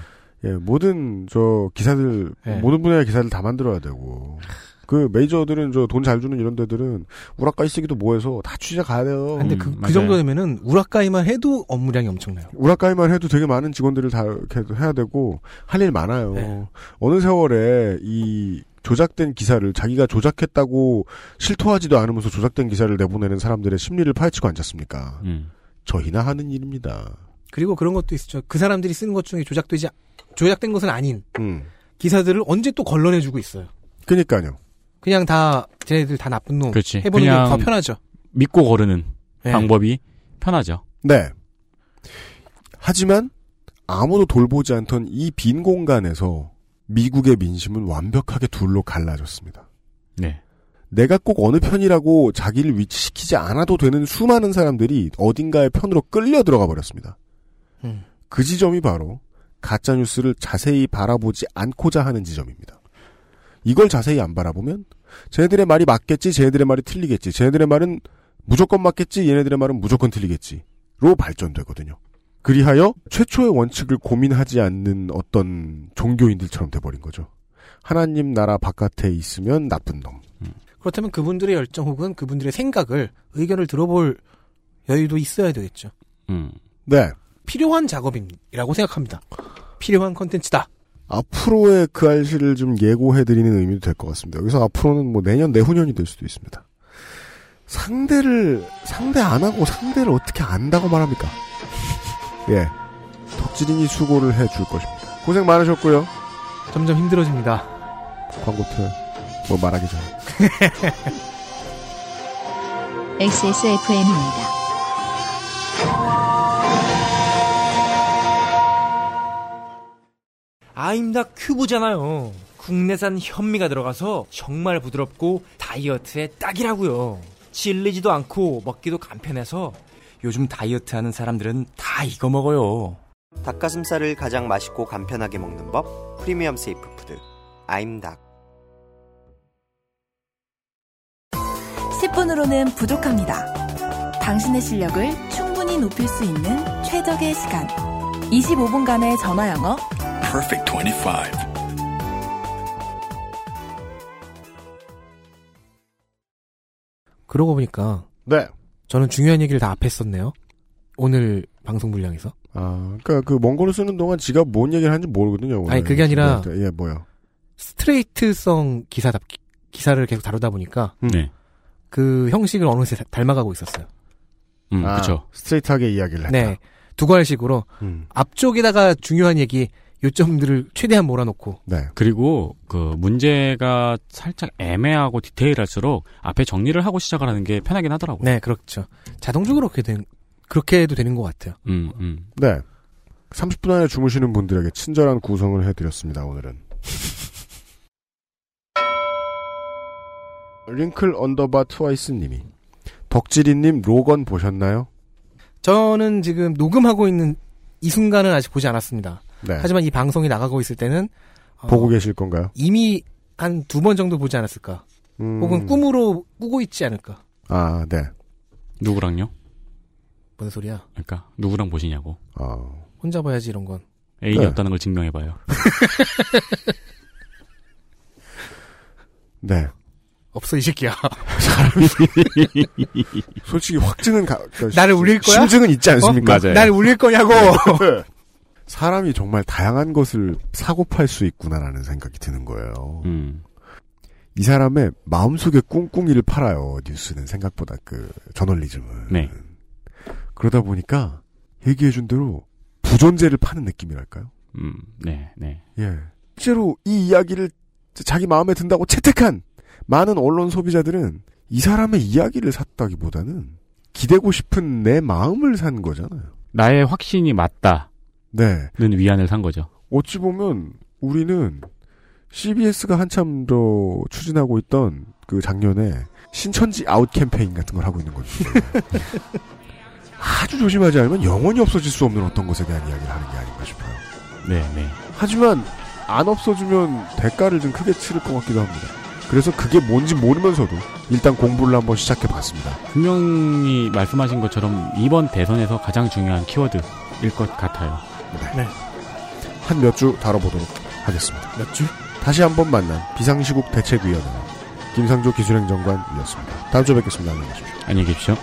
S2: 예, 모든 저 기사들
S9: 네.
S2: 모든 분야의 기사를 다 만들어야 되고 그 메이저들은 저 돈 잘 주는 이런 데들은 우라카이 쓰기도 뭐해서 다 취재 가야 돼요.
S9: 근데 그, 그 정도면은 우라카이만 해도 업무량이 엄청나요.
S2: 우라카이만 해도 되게 많은 직원들을 다 이렇게 해야 되고 할 일 많아요.
S9: 네.
S2: 어느 세월에 이 조작된 기사를 자기가 조작했다고 실토하지도 않으면서 조작된 기사를 내보내는 사람들의 심리를 파헤치고 앉았습니까?
S5: 음.
S2: 저희나 하는 일입니다.
S9: 그리고 그런 것도 있었죠. 그 사람들이 쓰는 것 중에 조작되지 조작된 것은 아닌
S2: 음.
S9: 기사들을 언제 또 걸러내주고 있어요.
S2: 그니까요.
S9: 그냥 다 쟤네들 다 나쁜 놈
S5: 그렇지.
S9: 해보는 게
S5: 그냥
S9: 더 편하죠.
S5: 믿고 거르는
S9: 네.
S5: 방법이 편하죠.
S2: 네. 하지만 아무도 돌보지 않던 이 빈 공간에서 미국의 민심은 완벽하게 둘로 갈라졌습니다.
S5: 네.
S2: 내가 꼭 어느 편이라고 자기를 위치시키지 않아도 되는 수많은 사람들이 어딘가의 편으로 끌려 들어가 버렸습니다.
S9: 음.
S2: 그 지점이 바로 가짜뉴스를 자세히 바라보지 않고자 하는 지점입니다. 이걸 자세히 안 바라보면 쟤네들의 말이 맞겠지, 쟤네들의 말이 틀리겠지, 쟤네들의 말은 무조건 맞겠지, 얘네들의 말은 무조건 틀리겠지로 발전되거든요. 그리하여 최초의 원칙을 고민하지 않는 어떤 종교인들처럼 돼버린 거죠. 하나님 나라 바깥에 있으면 나쁜 놈.
S9: 그렇다면 그분들의 열정 혹은 그분들의 생각을 의견을 들어볼 여유도 있어야 되겠죠.
S5: 음.
S2: 네.
S9: 필요한 작업이라고 생각합니다. 필요한 컨텐츠다.
S2: 앞으로의 그 알씨를 좀 예고해드리는 의미도 될 것 같습니다. 여기서 앞으로는 뭐 내년, 내후년이 될 수도 있습니다. 상대를, 상대 안 하고 상대를 어떻게 안다고 말합니까? 예. 덕질인이 수고를 해줄 것입니다. 고생 많으셨고요.
S9: 점점 힘들어집니다.
S2: 광고 틀. 뭐 말하기 전에.
S1: XSFM입니다.
S14: 아임닭 큐브잖아요. 국내산 현미가 들어가서 정말 부드럽고 다이어트에 딱이라고요. 질리지도 않고 먹기도 간편해서 요즘 다이어트하는 사람들은 다 이거 먹어요.
S10: 닭가슴살을 가장 맛있고 간편하게 먹는 법 프리미엄 세이프 푸드 아임닭
S6: 10분으로는 부족합니다. 당신의 실력을 충분히 높일 수 있는 최적의 시간. 25분간의 전화 영어
S15: Perfect 25.
S9: 그러고 보니까
S2: 네.
S9: 저는 중요한 얘기를 다 앞에 썼네요. 오늘 방송 분량에서.
S2: 아, 그니까 그 원고를 쓰는 동안 지가 뭔 얘기를 하는지 모르거든요. 원래.
S9: 아니, 그게 아니라-
S2: 네, 예, 뭐요.
S9: 스트레이트성 기사답 기사를 계속 다루다 보니까
S5: 네.
S9: 그 형식을 어느새 다- 닮아가고 있었어요.
S5: 음,
S2: 아,
S5: 그쵸.
S2: 스트레이트하게 이야기를 했다.
S9: 네. 두괄식으로
S2: 음.
S9: 앞쪽에다가 중요한 얘기 요점들을 최대한 몰아놓고
S2: 네.
S5: 그리고 그 문제가 살짝 애매하고 디테일할수록 앞에 정리를 하고 시작을 하는 게 편하긴
S2: 뭐.
S5: 하더라고요.
S9: 네 그렇죠. 자동적으로 그렇게 된 그렇게 해도 되는 것 같아요.
S5: 음, 음.
S2: 네. 30분 안에 주무시는 분들에게 친절한 구성을 해드렸습니다, 오늘은. 링클 언더바 트와이스님이 덕질이님 로건 보셨나요?
S9: 저는 지금 녹음하고 있는 이 순간은 아직 보지 않았습니다.
S2: 네.
S9: 하지만 이 방송이 나가고 있을 때는
S2: 보고 계실 건가요?
S4: 어, 이미 한 두 번 정도 보지 않았을까?
S2: 음.
S4: 혹은 꿈으로 꾸고 있지 않을까?
S2: 아, 네.
S5: 누구랑요?
S4: 뭔 소리야?
S5: 그러니까 누구랑 보시냐고.
S2: 어,
S4: 혼자 봐야지 이런 건.
S5: 애인이 없다는 걸 증명해봐요.
S2: 네.
S4: 없어 이 새끼야.
S2: 솔직히 확증은 가, 그러니까
S4: 나를 울릴 거야?
S2: 심증은 있지 않습니까?
S4: 어? 나를 울릴 거냐고.
S2: 네. 사람이 정말 다양한 것을 사고 팔 수 있구나라는 생각이 드는 거예요.
S5: 음.
S2: 이 사람의 마음속의 꿍꿍이를 팔아요. 뉴스는 생각보다 그 저널리즘은.
S5: 네.
S2: 그러다 보니까 얘기해준 대로 부존재를 파는 느낌이랄까요?
S5: 음, 네, 네.
S2: 예. 실제로 이 이야기를 자기 마음에 든다고 채택한 많은 언론 소비자들은 이 사람의 이야기를 샀다기보다는 기대고 싶은 내 마음을 산 거잖아요.
S5: 나의 확신이 맞다.
S2: 네.
S5: 는 위안을 산 거죠.
S2: 어찌 보면 우리는 CBS가 한참 더 추진하고 있던 그 작년에 신천지 아웃 캠페인 같은 걸 하고 있는 거죠. 아주 조심하지 않으면 영원히 없어질 수 없는 어떤 것에 대한 이야기를 하는 게 아닌가 싶어요.
S5: 네, 네.
S2: 하지만 안 없어지면 대가를 좀 크게 치를 것 같기도 합니다. 그래서 그게 뭔지 모르면서도 일단 공부를 한번 시작해 봤습니다.
S5: 분명히 말씀하신 것처럼 이번 대선에서 가장 중요한 키워드일 것 같아요.
S2: 네. 한 몇 주 다뤄보도록 하겠습니다. 몇 주? 다시 한번 만난 비상시국 대책위원회 김상조 기술행정관이었습니다. 다음 주에 뵙겠습니다. 안녕히 계십시오.
S5: 안녕히 계십시오.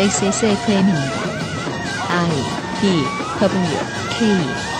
S1: XSFM입니다. I D W K